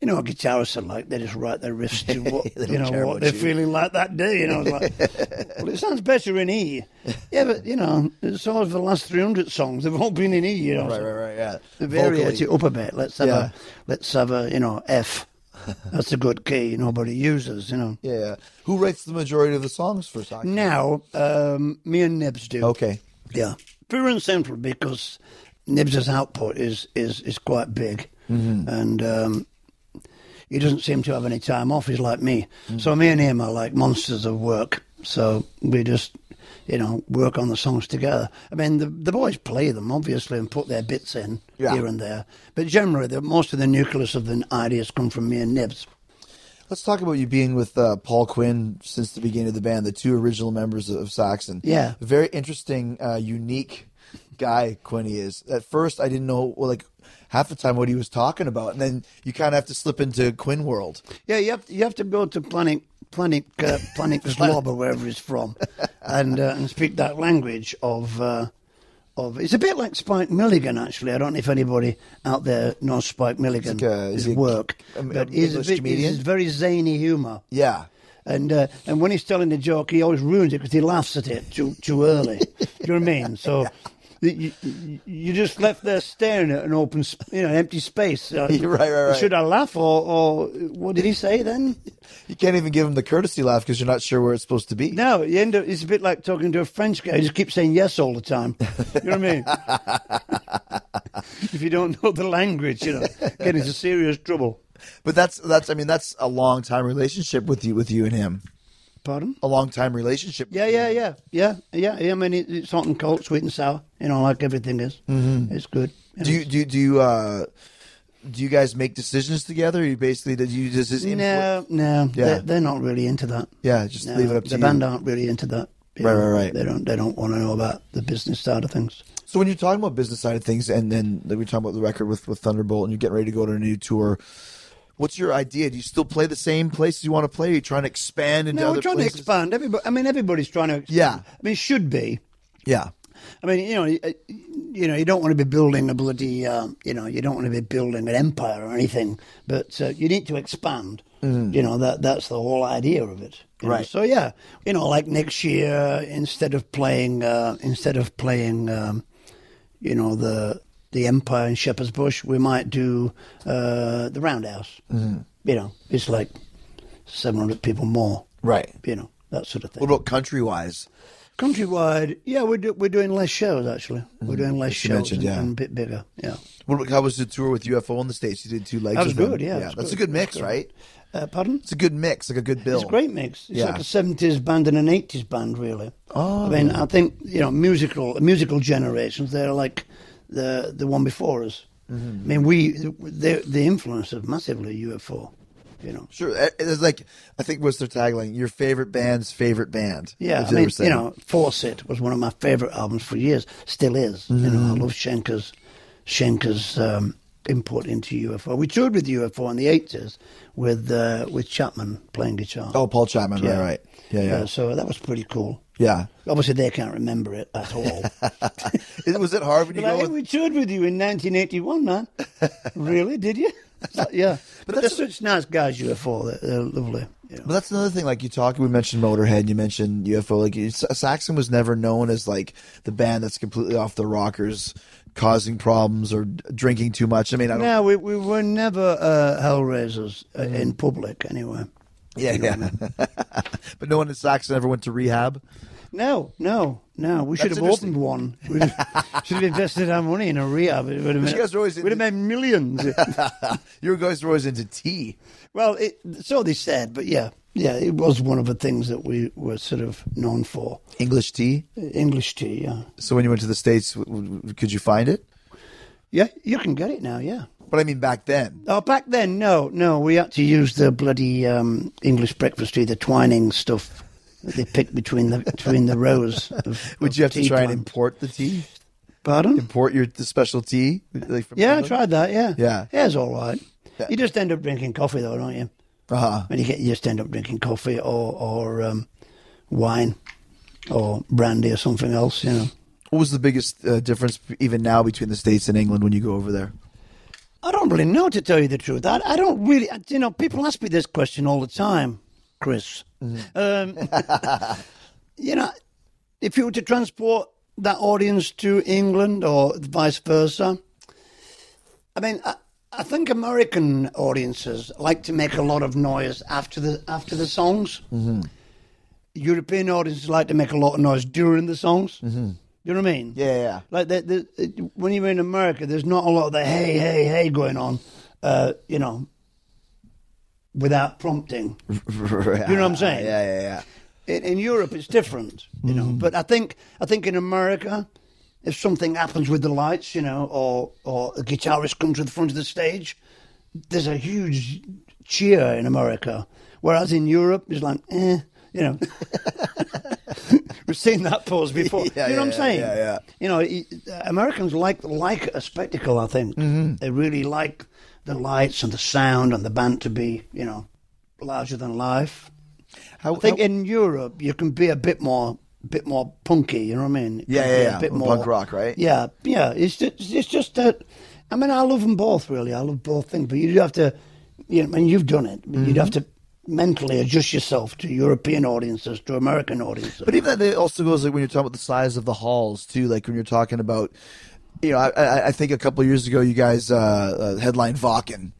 Speaker 3: you know, what guitarists are like they just write their riffs to what
Speaker 2: They
Speaker 3: you
Speaker 2: don't
Speaker 3: know
Speaker 2: care
Speaker 3: what
Speaker 2: about
Speaker 3: they're
Speaker 2: you.
Speaker 3: feeling like that day. You know, it's like, well, it sounds better in E. Yeah, but you know, so have the last three hundred songs. They've all been in E. You know,
Speaker 2: Right, right, right. Yeah.
Speaker 3: Vary
Speaker 2: Vocally.
Speaker 3: it up a bit. Let's have
Speaker 2: Yeah.
Speaker 3: a let's have a you know F. That's a good key. Nobody uses. You know.
Speaker 2: Yeah, yeah. Who writes the majority of the songs for Saki?
Speaker 3: Now, um, me and Nibs do.
Speaker 2: Okay.
Speaker 3: Yeah. Pure and simple because Nibs' output is, is, is quite big.
Speaker 2: Mm-hmm.
Speaker 3: And um, he doesn't seem to have any time off. He's like me.
Speaker 2: Mm.
Speaker 3: So me and him are like monsters of work. So we just, you know, work on the songs together. I mean, the, the boys play them, obviously, and put their bits in
Speaker 2: Yeah.
Speaker 3: here and there. But generally, the, most of the nucleus of the ideas come from me and Nibs.
Speaker 2: Let's talk about you being with uh, Paul Quinn since the beginning of the band, the two original members of Saxon.
Speaker 3: Yeah.
Speaker 2: Very interesting, uh, unique guy Quinn he is. At first, I didn't know, well, like, half the time what he was talking about. And then you kind of have to slip into Quinn world.
Speaker 3: Yeah, you have you have to go to Planet Planet uh, Planet Slob or wherever he's from, and uh, and speak that language of. Uh, of, it's a bit like Spike Milligan, actually. I don't know if anybody out there knows Spike Milligan,
Speaker 2: like a- is
Speaker 3: his
Speaker 2: he a-
Speaker 3: work,
Speaker 2: a-
Speaker 3: but
Speaker 2: a
Speaker 3: he's a
Speaker 2: English
Speaker 3: bit,
Speaker 2: comedian?
Speaker 3: he's very zany humour,
Speaker 2: Yeah.
Speaker 3: and uh, and when he's telling the joke, he always ruins it because he laughs at it too too early. Do you know what I mean? So you, you, you just left there staring at an open, sp- you know, empty space. Uh,
Speaker 2: Right, right, right.
Speaker 3: Should I laugh or, or what did he say then?
Speaker 2: You can't even give him the courtesy laugh because you're not sure where it's supposed to be.
Speaker 3: No, you end up. It's a bit like talking to a French guy. who just keeps saying yes all the time. You know what I mean? if you don't know the language, you know, get into serious trouble.
Speaker 2: But that's, that's, I mean, that's a long time relationship with you, with you and him.
Speaker 3: Pardon?
Speaker 2: A long time relationship.
Speaker 3: Yeah, yeah, yeah, yeah, yeah. yeah. I mean, it- it's hot and cold, sweet and sour. You know, like everything is. Mm-hmm. It's good. you
Speaker 2: Do you, do, you- do you, uh, do you guys make decisions together? You basically, did you just, his
Speaker 3: know?
Speaker 2: input-
Speaker 3: no, no,
Speaker 2: Yeah.
Speaker 3: they're, they're not really into that.
Speaker 2: Yeah, just
Speaker 3: No,
Speaker 2: leave it up
Speaker 3: the
Speaker 2: to you.
Speaker 3: band aren't really into that. you
Speaker 2: Right,
Speaker 3: know.
Speaker 2: right, right.
Speaker 3: They don't. They don't want to know about the business side of things.
Speaker 2: So when you're talking about business side of things, and then we we're talking about the record with, with Thunderbolt, and you're getting ready to go to a new tour, what's your idea? Do you still play the same places you want to play? Are you trying to expand into
Speaker 3: No,
Speaker 2: other
Speaker 3: we're trying
Speaker 2: places?
Speaker 3: to expand. Everybody. I mean, everybody's trying to. Expand.
Speaker 2: Yeah.
Speaker 3: I mean, should be.
Speaker 2: Yeah,
Speaker 3: I mean, you know, uh, you know, you don't want to be building a bloody, um, you know, you don't want to be building an empire or anything, but uh, you need to expand. You know, that that's the whole idea of it. you know.
Speaker 2: Mm. Right.
Speaker 3: So yeah, you know, like next year, instead of playing, uh, instead of playing, um, you know, the the empire in Shepherd's Bush, we might do uh, the Roundhouse.
Speaker 2: Mm.
Speaker 3: You know, it's like seven hundred people more.
Speaker 2: right.
Speaker 3: You know, that sort of thing.
Speaker 2: What about country wise?
Speaker 3: Countrywide, yeah, we're do, we're doing less shows actually. We're doing less
Speaker 2: Mm-hmm. you
Speaker 3: shows
Speaker 2: mentioned,
Speaker 3: and,
Speaker 2: yeah.
Speaker 3: and a bit bigger. Yeah,
Speaker 2: What, about- how was the tour with UFO in the states? You did two legs.
Speaker 3: that was
Speaker 2: of them.
Speaker 3: good. Yeah, it was
Speaker 2: that's a good mix,
Speaker 3: It was
Speaker 2: right?
Speaker 3: good. Uh, pardon?
Speaker 2: It's a good mix, like a good bill.
Speaker 3: It's a great mix. It's
Speaker 2: Yeah.
Speaker 3: like a seventies band and an eighties band, really. Oh. I mean, I think you know, musical musical generations. They're like the the one before us.
Speaker 2: Mm-hmm.
Speaker 3: I mean, we they they influenced us massively. UFO, you know.
Speaker 2: Sure. It- It's like I think what's their tagline? Your favorite band's favorite band.
Speaker 3: Yeah,
Speaker 2: If
Speaker 3: I
Speaker 2: they
Speaker 3: mean,
Speaker 2: were saying.
Speaker 3: you know, Fawcett was one of my favorite albums for years. Still is. You know, I
Speaker 2: Mm.
Speaker 3: love Schenker's Schenker's um, input into UFO. We toured with UFO in the eighties with uh, with Chapman playing guitar.
Speaker 2: Oh, Paul Chapman.
Speaker 3: Yeah.
Speaker 2: Right, right. Yeah, yeah,
Speaker 3: Uh, so that was pretty cool.
Speaker 2: yeah.
Speaker 3: Obviously, they can't remember it at all.
Speaker 2: It- was it hard when you
Speaker 3: But I
Speaker 2: go? With,
Speaker 3: think we toured with you in 1981, man. really? Did you? It's like, yeah. But,
Speaker 2: that's-
Speaker 3: they're such nice guys, UFO. They're, they're lovely. You know.
Speaker 2: but that's another thing. Like you talk, we mentioned Motorhead, you mentioned UFO. Like you- S- Saxon was never known as like the band that's completely off the rockers, causing problems or d- drinking too much. I mean, I don't.
Speaker 3: No, we, we were never uh, hellraisers uh, in
Speaker 2: Mm.
Speaker 3: public, anyway.
Speaker 2: yeah, yeah. but no one in Saxon ever went to rehab.
Speaker 3: No, no, no. We should
Speaker 2: That's
Speaker 3: have opened one. We should have invested our money in a rehab. It would have
Speaker 2: you guys were always
Speaker 3: we'd have made millions.
Speaker 2: Your guys were always into tea.
Speaker 3: well, it, so they said, but yeah, yeah, it was one of the things that we were sort of known for.
Speaker 2: English tea.
Speaker 3: English tea, yeah.
Speaker 2: So when you went to the states, w- w- could you find it?
Speaker 3: Yeah, you can get it now, yeah.
Speaker 2: But I mean, back then.
Speaker 3: Oh, back then, no, no. We had to use the bloody um, English breakfast tea, the twining stuff that they picked between the between the rows. Of,
Speaker 2: Would
Speaker 3: of
Speaker 2: you have to
Speaker 3: Oh, tea
Speaker 2: try and
Speaker 3: plants.
Speaker 2: import the tea?
Speaker 3: Pardon?
Speaker 2: Import your the special tea? Like from
Speaker 3: Yeah, I
Speaker 2: England?
Speaker 3: tried that. Yeah,
Speaker 2: Yeah.
Speaker 3: yeah, it's all right.
Speaker 2: Yeah.
Speaker 3: You just end up drinking coffee, though, don't you?
Speaker 2: Uh-huh.
Speaker 3: And you get you just end up drinking coffee or or um, wine or brandy or something else, you know.
Speaker 2: What was the biggest uh, difference even now between the states and England when you go over there?
Speaker 3: I don't really know, to tell you the truth. I, I don't really, I- you know, people ask me this question all the time, Chris. Um, you know, if you were to transport that audience to England or vice versa, I mean, I, I think American audiences like to make a lot of noise after the after the songs. European audiences like to make a lot of noise during the songs. Mm-hmm. You know what I mean?
Speaker 2: Yeah, yeah, yeah.
Speaker 3: Like the, the, it- when you're in America, there's not a lot of the hey, hey, hey going on, uh, you know, without prompting.
Speaker 2: you
Speaker 3: know what I'm saying?
Speaker 2: Yeah, yeah, yeah.
Speaker 3: In, in Europe, it's different, you know.
Speaker 2: Mm.
Speaker 3: But I think I think in America, if something happens with the lights, you know, or or a guitarist comes to the front of the stage, there's a huge cheer in America. Whereas in Europe, it's like, eh, you know. We've seen that pose before.
Speaker 2: Yeah,
Speaker 3: you know what I'm
Speaker 2: yeah,
Speaker 3: saying?
Speaker 2: yeah, yeah.
Speaker 3: You know, it- Americans like like a spectacle. I think
Speaker 2: Mm-hmm.
Speaker 3: they really like the lights and the sound and the band to be, you know, larger than life.
Speaker 2: How,
Speaker 3: I think
Speaker 2: how-
Speaker 3: in Europe you can be a bit more, bit more punky. You know what I mean? You
Speaker 2: Yeah,
Speaker 3: can
Speaker 2: yeah,
Speaker 3: be
Speaker 2: yeah. Punk rock, right?
Speaker 3: Yeah, yeah. It's just, it's just that. I mean, I love them both. Really, I love both things. But you do have to, you know, I mean, you've done it. but
Speaker 2: Mm-hmm.
Speaker 3: You'd have to mentally adjust yourself to European audiences, to American audiences.
Speaker 2: But even that it also goes like when you're talking about the size of the halls too. Like when you're talking about, you know, I, I, I think a couple of years ago you guys uh, uh, headlined Vakken,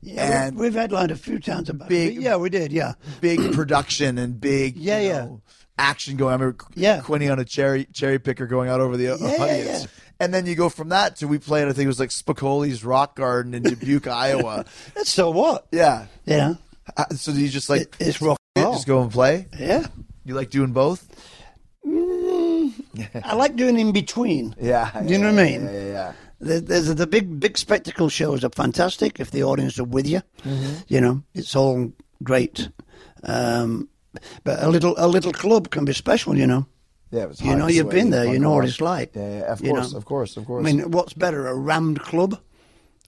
Speaker 3: yeah,
Speaker 2: and-
Speaker 3: we, have headlined a few times about
Speaker 2: Big-
Speaker 3: it. but Yeah, we did. Yeah,
Speaker 2: big production and big you
Speaker 3: Yeah, yeah.
Speaker 2: know, action going. I remember Qu-
Speaker 3: Yeah.
Speaker 2: Quinny on a cherry cherry picker going out over the uh,
Speaker 3: Yeah, yeah,
Speaker 2: audience.
Speaker 3: yeah.
Speaker 2: And then you go from that to we played. I think it was like Spicoli's Rock Garden in Dubuque, Iowa.
Speaker 3: so what?
Speaker 2: Yeah.
Speaker 3: You know,
Speaker 2: Uh, So do you just like
Speaker 3: it's rock
Speaker 2: it,
Speaker 3: and roll.
Speaker 2: just go and play?
Speaker 3: Yeah,
Speaker 2: You like doing both?
Speaker 3: I like doing in between.
Speaker 2: Yeah.
Speaker 3: Do you know what I mean?
Speaker 2: Yeah, yeah, yeah.
Speaker 3: There- There's the big big spectacle shows are fantastic if the audience are with you.
Speaker 2: Mm-hmm.
Speaker 3: You know, it's all great. Um, but a little a little club can be special. You know,
Speaker 2: Yeah, it was
Speaker 3: you
Speaker 2: hot,
Speaker 3: know you've
Speaker 2: sweaty,
Speaker 3: been there. You
Speaker 2: fucking
Speaker 3: know what
Speaker 2: hot.
Speaker 3: it's like.
Speaker 2: Yeah, yeah, of
Speaker 3: you
Speaker 2: course,
Speaker 3: know?
Speaker 2: of course, of course.
Speaker 3: I mean, what's better, a rammed club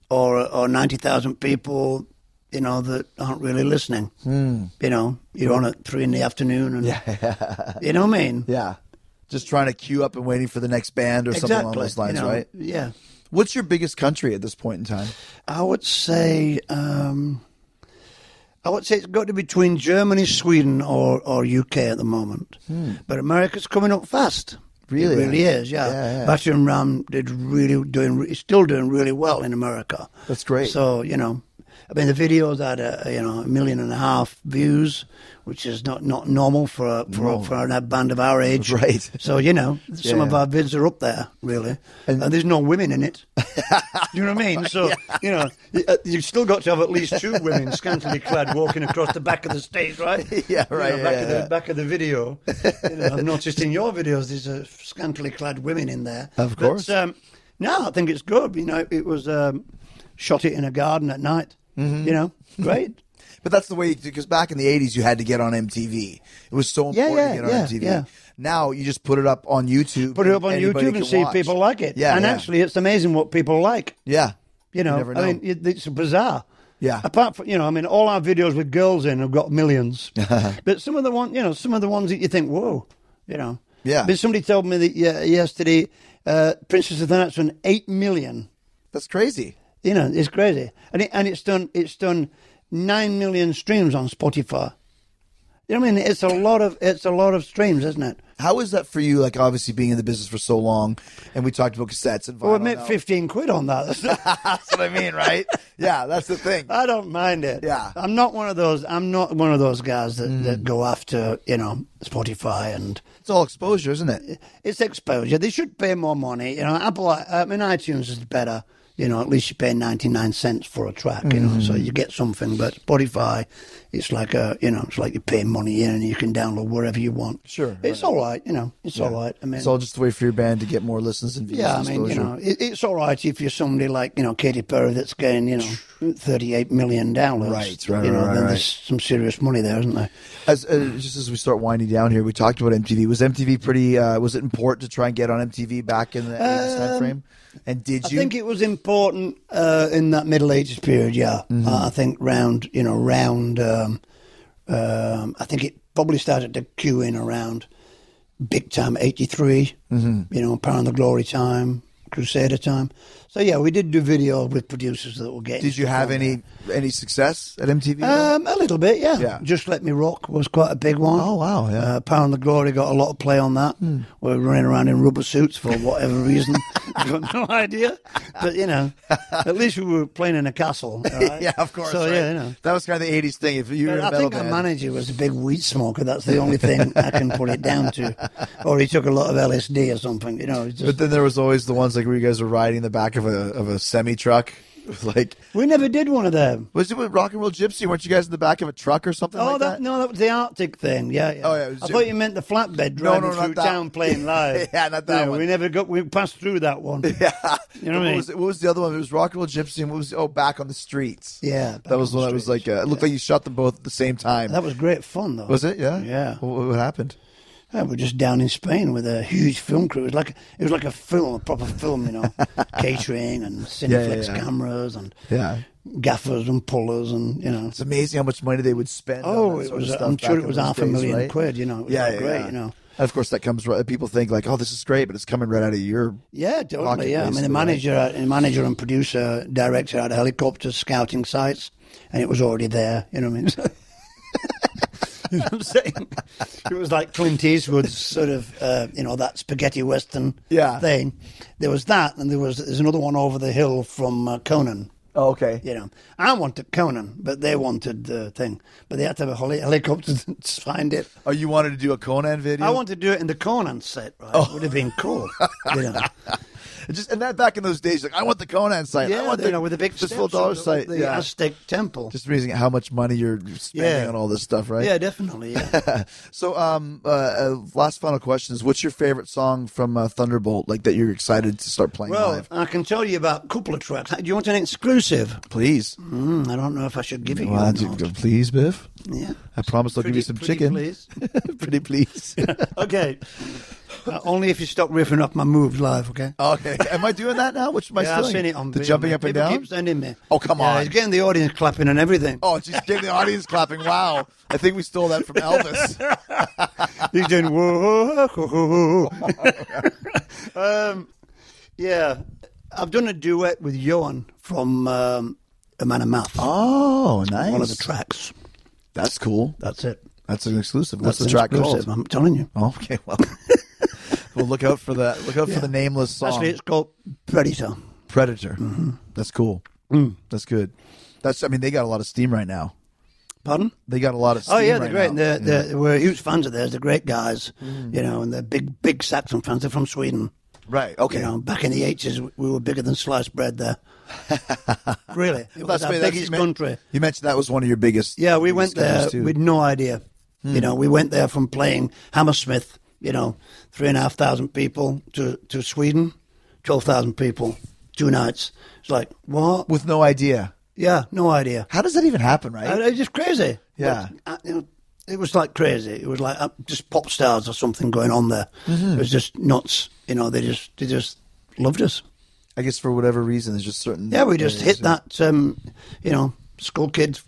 Speaker 3: or or ninety thousand people? You know that aren't really listening.
Speaker 2: Hmm.
Speaker 3: You know, you're on at three in the afternoon, and you know what I mean.
Speaker 2: yeah. Just trying to queue up and waiting for the next band or something along
Speaker 3: Exactly,
Speaker 2: those lines,
Speaker 3: you know,
Speaker 2: right?
Speaker 3: Yeah.
Speaker 2: What's your biggest country at this point in time?
Speaker 3: I would say um, I would say it's got to be between Germany, Sweden, or, or UK at the moment. But America's coming up fast.
Speaker 2: Hmm. Really?
Speaker 3: it really is. Yeah,
Speaker 2: Yeah, yeah.
Speaker 3: Batter and Ram did really doing, it's still doing really well in America.
Speaker 2: That's great.
Speaker 3: So you know, I mean, the videos had a, you know a million and a half views, which is not not normal for a, for, a, for a band of our age,
Speaker 1: Right.
Speaker 3: So you know, some of
Speaker 2: yeah.
Speaker 3: our vids are up there really, and, there's no women in it. Do you know what I mean? So you know, y- uh, you've still got to have at least two women scantily clad walking across the back of the stage, right?
Speaker 2: Yeah,
Speaker 3: You know,
Speaker 2: right,
Speaker 3: back
Speaker 2: yeah,
Speaker 3: of the
Speaker 2: yeah.
Speaker 3: back of the video. You know, I've noticed in your videos there's a scantily clad women in there.
Speaker 2: Of course.
Speaker 3: But, um, no, I think it's good. You know, it was um, shot it in a garden at night.
Speaker 2: Mm-hmm.
Speaker 3: You know, great.
Speaker 2: But that's the way because back in the '80s, you had to get on MTV. It was so
Speaker 3: Yeah,
Speaker 2: important to
Speaker 3: yeah,
Speaker 2: get on
Speaker 3: yeah,
Speaker 2: MTV.
Speaker 3: yeah.
Speaker 2: Now you just put it up on YouTube.
Speaker 3: Put it up on
Speaker 2: anybody
Speaker 3: YouTube
Speaker 2: can
Speaker 3: and see if
Speaker 2: watch.
Speaker 3: people like it.
Speaker 2: Yeah,
Speaker 3: and
Speaker 2: yeah.
Speaker 3: actually, it's amazing what people like.
Speaker 2: yeah,
Speaker 3: You know,
Speaker 2: never
Speaker 3: I
Speaker 2: know.
Speaker 3: mean, it, it's bizarre.
Speaker 2: Yeah.
Speaker 3: Apart from you know, I mean, all our videos with girls in have got millions, but some of the ones, you know, some of the ones that you think, whoa, you know.
Speaker 2: Yeah.
Speaker 3: But somebody told me that yeah, yesterday, uh, Princess of the Night's won eight million.
Speaker 2: that's crazy.
Speaker 3: You know, it's crazy, and it, and it's done it's done nine million streams on Spotify. You know what I mean? It's a lot of it's a lot of streams, isn't it?
Speaker 2: How is that for you? Like obviously being in the business for so long, and we talked about cassettes and vinyl.
Speaker 3: Well, I made
Speaker 2: now.
Speaker 3: fifteen quid on that.
Speaker 2: that's what I mean, right? yeah, that's the thing.
Speaker 3: I don't mind it.
Speaker 2: Yeah. Mm.
Speaker 3: I'm not one of those. I'm not one of those guys that, that go after you know Spotify and
Speaker 2: It's all exposure, isn't it?
Speaker 3: it's exposure. They should pay more money. You know, Apple. I mean, iTunes is better. You know, at least you pay ninety nine cents for a track. You know,
Speaker 2: Mm.
Speaker 3: so you get something. But Spotify, it's like a you know, it's like you pay money in and you can download wherever you want.
Speaker 2: Sure,
Speaker 3: it's all right. You know, it's all right. I mean,
Speaker 2: It's all just a way for your band to get more listens and views.
Speaker 3: yeah, I
Speaker 2: and
Speaker 3: mean, you
Speaker 2: exposure.
Speaker 3: know, it, it's all right if you're somebody like you know Katy Perry that's getting you know 38 million dollars.
Speaker 2: Right, right,
Speaker 3: You know,
Speaker 2: right, right,
Speaker 3: then
Speaker 2: right.
Speaker 3: there's some serious money there, isn't there?
Speaker 2: As uh, just as we start winding down here, we talked about MTV. Was MTV pretty? Uh, was it important to try and get on MTV back in the 80s time frame? And did
Speaker 3: Um, I
Speaker 2: you?
Speaker 3: think it was important uh, in that Middle Ages period. Yeah,
Speaker 2: Mm-hmm.
Speaker 3: uh, I think round you know round. Um, um, I think it probably started to queue in around big time '83.
Speaker 2: Mm-hmm.
Speaker 3: You know, Power and the Glory time, Crusader time. So yeah, we did do video with producers that were getting.
Speaker 2: did you have any any success at MTV?
Speaker 3: Um, a little bit, yeah.
Speaker 2: Yeah.
Speaker 3: Just Let Me Rock was quite a big one.
Speaker 2: Oh, wow, yeah. Hmm.
Speaker 3: Uh, Power and the Glory got a lot of play on that. We were running around in rubber suits for whatever reason. I've got no idea. But, you know, at least we were playing in a castle. all right?
Speaker 2: yeah, of course.
Speaker 3: So,
Speaker 2: right?
Speaker 3: yeah, you know.
Speaker 2: that was kind of the '80s thing. If you were in a
Speaker 3: I
Speaker 2: metal
Speaker 3: think our
Speaker 2: band,
Speaker 3: manager was a big weed smoker. That's the only thing I can put it down to. Or he took a lot of LSD or something, you know. it's Just,
Speaker 2: but then there was always the ones like where you guys were riding the back of a of a semi truck. Like,
Speaker 3: we never did one of them.
Speaker 2: was it with Rock and Roll Gypsy? Weren't you guys in the back of a truck or something
Speaker 3: Oh,
Speaker 2: like
Speaker 3: that,
Speaker 2: that?
Speaker 3: no, that was the Arctic thing. Yeah, yeah.
Speaker 2: Oh, yeah, it was
Speaker 3: I
Speaker 2: Jim-
Speaker 3: thought you meant the flatbed
Speaker 2: No,
Speaker 3: driving
Speaker 2: no, not
Speaker 3: through
Speaker 2: that.
Speaker 3: town playing live.
Speaker 2: Yeah, not that
Speaker 3: No,
Speaker 2: one.
Speaker 3: We never got. We passed through that one.
Speaker 2: Yeah.
Speaker 3: You know what I
Speaker 2: what
Speaker 3: mean?
Speaker 2: was, it- what was the other one? It was Rock and Roll Gypsy, and what was oh back on the streets?
Speaker 3: Yeah, Back
Speaker 2: that was
Speaker 3: on the
Speaker 2: one that was
Speaker 3: Streets.
Speaker 2: like uh, it looked like you shot them both at the same time.
Speaker 3: That was great fun, though.
Speaker 2: was it? Yeah,
Speaker 3: Yeah.
Speaker 2: What, what happened?
Speaker 3: Yeah, we're just down in Spain with a huge film crew. It was like it was like a film, a proper film, you know, catering and
Speaker 2: yeah,
Speaker 3: Cineflex
Speaker 2: yeah.
Speaker 3: cameras and
Speaker 2: Yeah,
Speaker 3: gaffers and pullers and you know.
Speaker 2: it's amazing how much money they would spend. on
Speaker 3: Oh,
Speaker 2: that
Speaker 3: it
Speaker 2: sort of
Speaker 3: was.
Speaker 2: stuff
Speaker 3: I'm
Speaker 2: back
Speaker 3: sure
Speaker 2: in
Speaker 3: it was
Speaker 2: those
Speaker 3: half a
Speaker 2: days,
Speaker 3: million
Speaker 2: right?
Speaker 3: quid. You know, it was
Speaker 2: Yeah,
Speaker 3: like
Speaker 2: yeah,
Speaker 3: great.
Speaker 2: yeah.
Speaker 3: You know.
Speaker 2: And of course, that comes. right People think like, "Oh, this is great," but it's coming right out of your.
Speaker 3: Yeah, totally.
Speaker 2: Rocket
Speaker 3: yeah, I mean the
Speaker 2: basically, right?
Speaker 3: manager, the manager and producer, director had helicopters scouting sites, and it was already there. You know what I mean? You know what I'm saying? It was like Clint Eastwood's sort of, uh, you know, that spaghetti western
Speaker 2: Yeah.
Speaker 3: thing. There was that, and there was there's another one over the hill from uh, Conan.
Speaker 2: Oh, okay.
Speaker 3: You know, I wanted Conan, but they wanted the thing, but they had to have a heli- helicopter to find it.
Speaker 2: Oh, you wanted to do a Conan video?
Speaker 3: I wanted to do it in the Conan set, right? It would have been cool. you know.
Speaker 2: just and that back in those days, like I want the Conan site. I
Speaker 3: Yeah,
Speaker 2: want
Speaker 3: they- you know, with the big
Speaker 2: this full
Speaker 3: steps
Speaker 2: dollar
Speaker 3: and the-
Speaker 2: site.
Speaker 3: the
Speaker 2: yeah,
Speaker 3: Aztec temple.
Speaker 2: just amazing how much money you're spending
Speaker 3: Yeah.
Speaker 2: on all this stuff, right?
Speaker 3: yeah, definitely. Yeah.
Speaker 2: So, um, uh, uh, last final question is: What's your favorite song from uh, Thunderbolt? Like that you're excited to start playing
Speaker 3: well,
Speaker 2: live?
Speaker 3: I can tell you about a couple of tracks. Do you want an exclusive?
Speaker 2: Please,
Speaker 3: Mm, I don't know if I should give it you.
Speaker 2: Well,
Speaker 3: or
Speaker 2: that's-
Speaker 3: not.
Speaker 2: please, Biff.
Speaker 3: Yeah.
Speaker 2: I promise I'll give you some
Speaker 3: Pretty-
Speaker 2: chicken.
Speaker 3: pretty
Speaker 2: pretty please.
Speaker 3: Okay. Uh, only if you stop riffing up my moves live, okay?
Speaker 2: okay, am I doing that now? Which am Oh, I
Speaker 3: yeah,
Speaker 2: still
Speaker 3: I've seen it on
Speaker 2: the
Speaker 3: video,
Speaker 2: jumping
Speaker 3: man.
Speaker 2: up and
Speaker 3: People
Speaker 2: down?
Speaker 3: Keep sending me.
Speaker 2: Oh, come
Speaker 3: Yeah,
Speaker 2: on.
Speaker 3: He's getting the audience clapping and everything.
Speaker 2: Oh, she's getting the audience clapping. Wow, I think we stole that from Elvis.
Speaker 3: He's doing whoa. whoa, whoa, whoa. um, yeah, I've done a duet with Johan from um, A Man of Math.
Speaker 2: oh, nice.
Speaker 3: One of the tracks.
Speaker 2: That's cool.
Speaker 3: That's it.
Speaker 2: That's an exclusive. What's
Speaker 3: That's
Speaker 2: the track
Speaker 3: exclusive,
Speaker 2: called?
Speaker 3: I'm telling you.
Speaker 2: Oh, okay, well, well, look out for that. Look out for the nameless song.
Speaker 3: Actually, it's called Predator. Mm.
Speaker 2: Predator. That's cool. That's good. That's I mean they got a lot of steam right now.
Speaker 3: Pardon?
Speaker 2: They got a lot of steam
Speaker 3: Oh yeah, they're
Speaker 2: right
Speaker 3: great.
Speaker 2: now.
Speaker 3: They're, they're, we're huge fans of theirs. They're great guys, you know, and they're big, big Saxon fans. They're from Sweden.
Speaker 2: Right.
Speaker 3: You
Speaker 2: Okay.
Speaker 3: know, back in the eighties, we were bigger than sliced bread there. really, it was
Speaker 2: That's
Speaker 3: our
Speaker 2: where- that's-
Speaker 3: biggest
Speaker 2: you men-
Speaker 3: country.
Speaker 2: You mentioned that was one of your biggest.
Speaker 3: Yeah, we
Speaker 2: biggest
Speaker 3: went there
Speaker 2: countries, too. Hmm.
Speaker 3: with no idea. You know, we went there from playing Hammersmith, you know, three and a half thousand people to, to Sweden, twelve thousand people, two nights. It's like what?
Speaker 2: with no idea.
Speaker 3: Yeah, no idea.
Speaker 2: How does that even happen, right?
Speaker 3: I- It's just crazy.
Speaker 2: Yeah.
Speaker 3: But, uh, you know, it was like crazy. It was like uh, just pop stars or something going on there. It was just nuts. You know, they just they just loved us.
Speaker 2: I guess for whatever reason, there's just certain.
Speaker 3: Yeah, we just
Speaker 2: areas,
Speaker 3: hit that, um, you know, school kids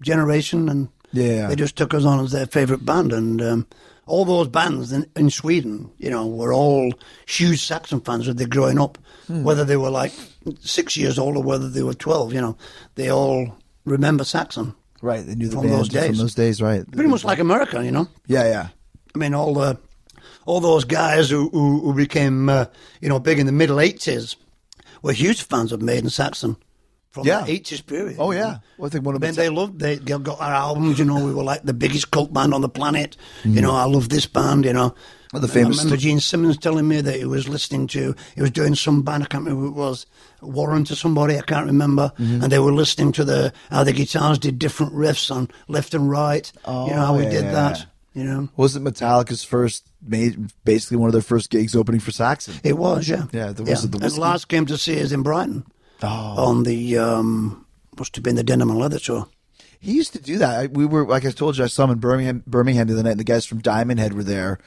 Speaker 3: generation, and
Speaker 2: Yeah.
Speaker 3: they just took us on as their favorite band, and um, all those bands in, in Sweden, you know, were all huge Saxon fans when they growing up, whether they were like six years old or whether they were twelve, you know, they all remember Saxon,
Speaker 2: Right. They knew the
Speaker 3: from
Speaker 2: band
Speaker 3: those
Speaker 2: from
Speaker 3: days.
Speaker 2: those days, right?
Speaker 3: pretty much like America, you know.
Speaker 2: Yeah, yeah.
Speaker 3: I mean, all the all those guys who who, who became uh, you know big in the middle eighties were huge fans of Maiden Saxon from
Speaker 2: Yeah.
Speaker 3: the eighties period.
Speaker 2: Oh
Speaker 3: you
Speaker 2: yeah.
Speaker 3: know.
Speaker 2: Well, I think one of
Speaker 3: Then
Speaker 2: them.
Speaker 3: they loved they they got our albums. You know, we were like the biggest cult band on the planet. You know, I love this band. You know,
Speaker 2: Well, the
Speaker 3: And
Speaker 2: famous-
Speaker 3: I remember Gene Simmons telling me that he was listening to he was doing some band. I can't remember who it was. Warren to somebody I can't remember,
Speaker 2: Mm-hmm.
Speaker 3: and they were listening to the how the guitars did different riffs on left and right. you know how we
Speaker 2: Oh,
Speaker 3: did
Speaker 2: yeah.
Speaker 3: that. You know,
Speaker 2: Was it Metallica's first, made basically one of their first gigs opening for Saxon?
Speaker 3: It was, yeah.
Speaker 2: Yeah, there was the
Speaker 3: and
Speaker 2: whiskey.
Speaker 3: last came to see us in Brighton
Speaker 2: Oh,
Speaker 3: on the um, must have been the Denim and Leather tour.
Speaker 2: he used to do that. I, we were like I told you, I saw him in Birmingham, Birmingham the other night. And the guys from Diamond Head were there,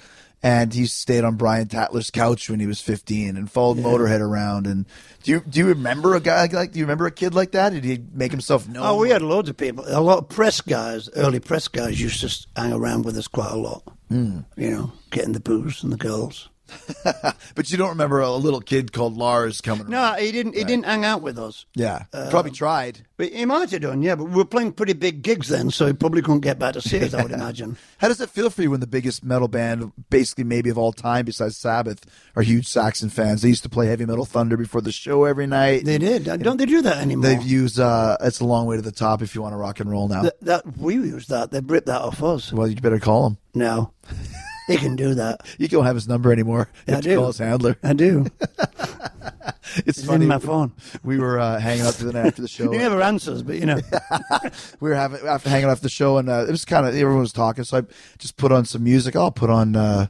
Speaker 2: and he stayed on Brian Tatler's couch when he was 15 and followed Motorhead around. And do you do you remember a guy like- like do you remember a kid like that? Did he make himself known?
Speaker 3: Oh, we had loads of people. A lot of press guys, early press guys, used to s- hang around with us quite a lot. Mm. You know, getting the booze and the girls.
Speaker 2: but you don't remember a little kid called Lars coming?
Speaker 3: No, Uh,
Speaker 2: around.
Speaker 3: he didn't. He didn't hang out with us.
Speaker 2: yeah, probably tried.
Speaker 3: But he might have done, yeah. But we were playing pretty big gigs then, so he probably couldn't get back to see us. I would imagine.
Speaker 2: How does it feel for you when the biggest metal band, basically maybe of all time besides Sabbath, are huge Saxon fans? They used to play heavy metal thunder before the show every night.
Speaker 3: They did. Don't they do that anymore?
Speaker 2: They've used uh, "It's a Long Way to the Top" if you want to rock and roll now.
Speaker 3: Th- that we used that. They ripped that off us.
Speaker 2: well, you better call him.
Speaker 3: No, they can do that.
Speaker 2: You don't have his number anymore. You
Speaker 3: I
Speaker 2: have to
Speaker 3: do.
Speaker 2: call his handler.
Speaker 3: I do.
Speaker 2: It's
Speaker 3: It's
Speaker 2: funny.
Speaker 3: in my phone.
Speaker 2: We were uh, hanging out the other night after the show.
Speaker 3: He never answers, but you know,
Speaker 2: we were having after hanging off the show, and uh, it was kind of everyone was talking. So I just put on some music. I'll put on. Uh, I'll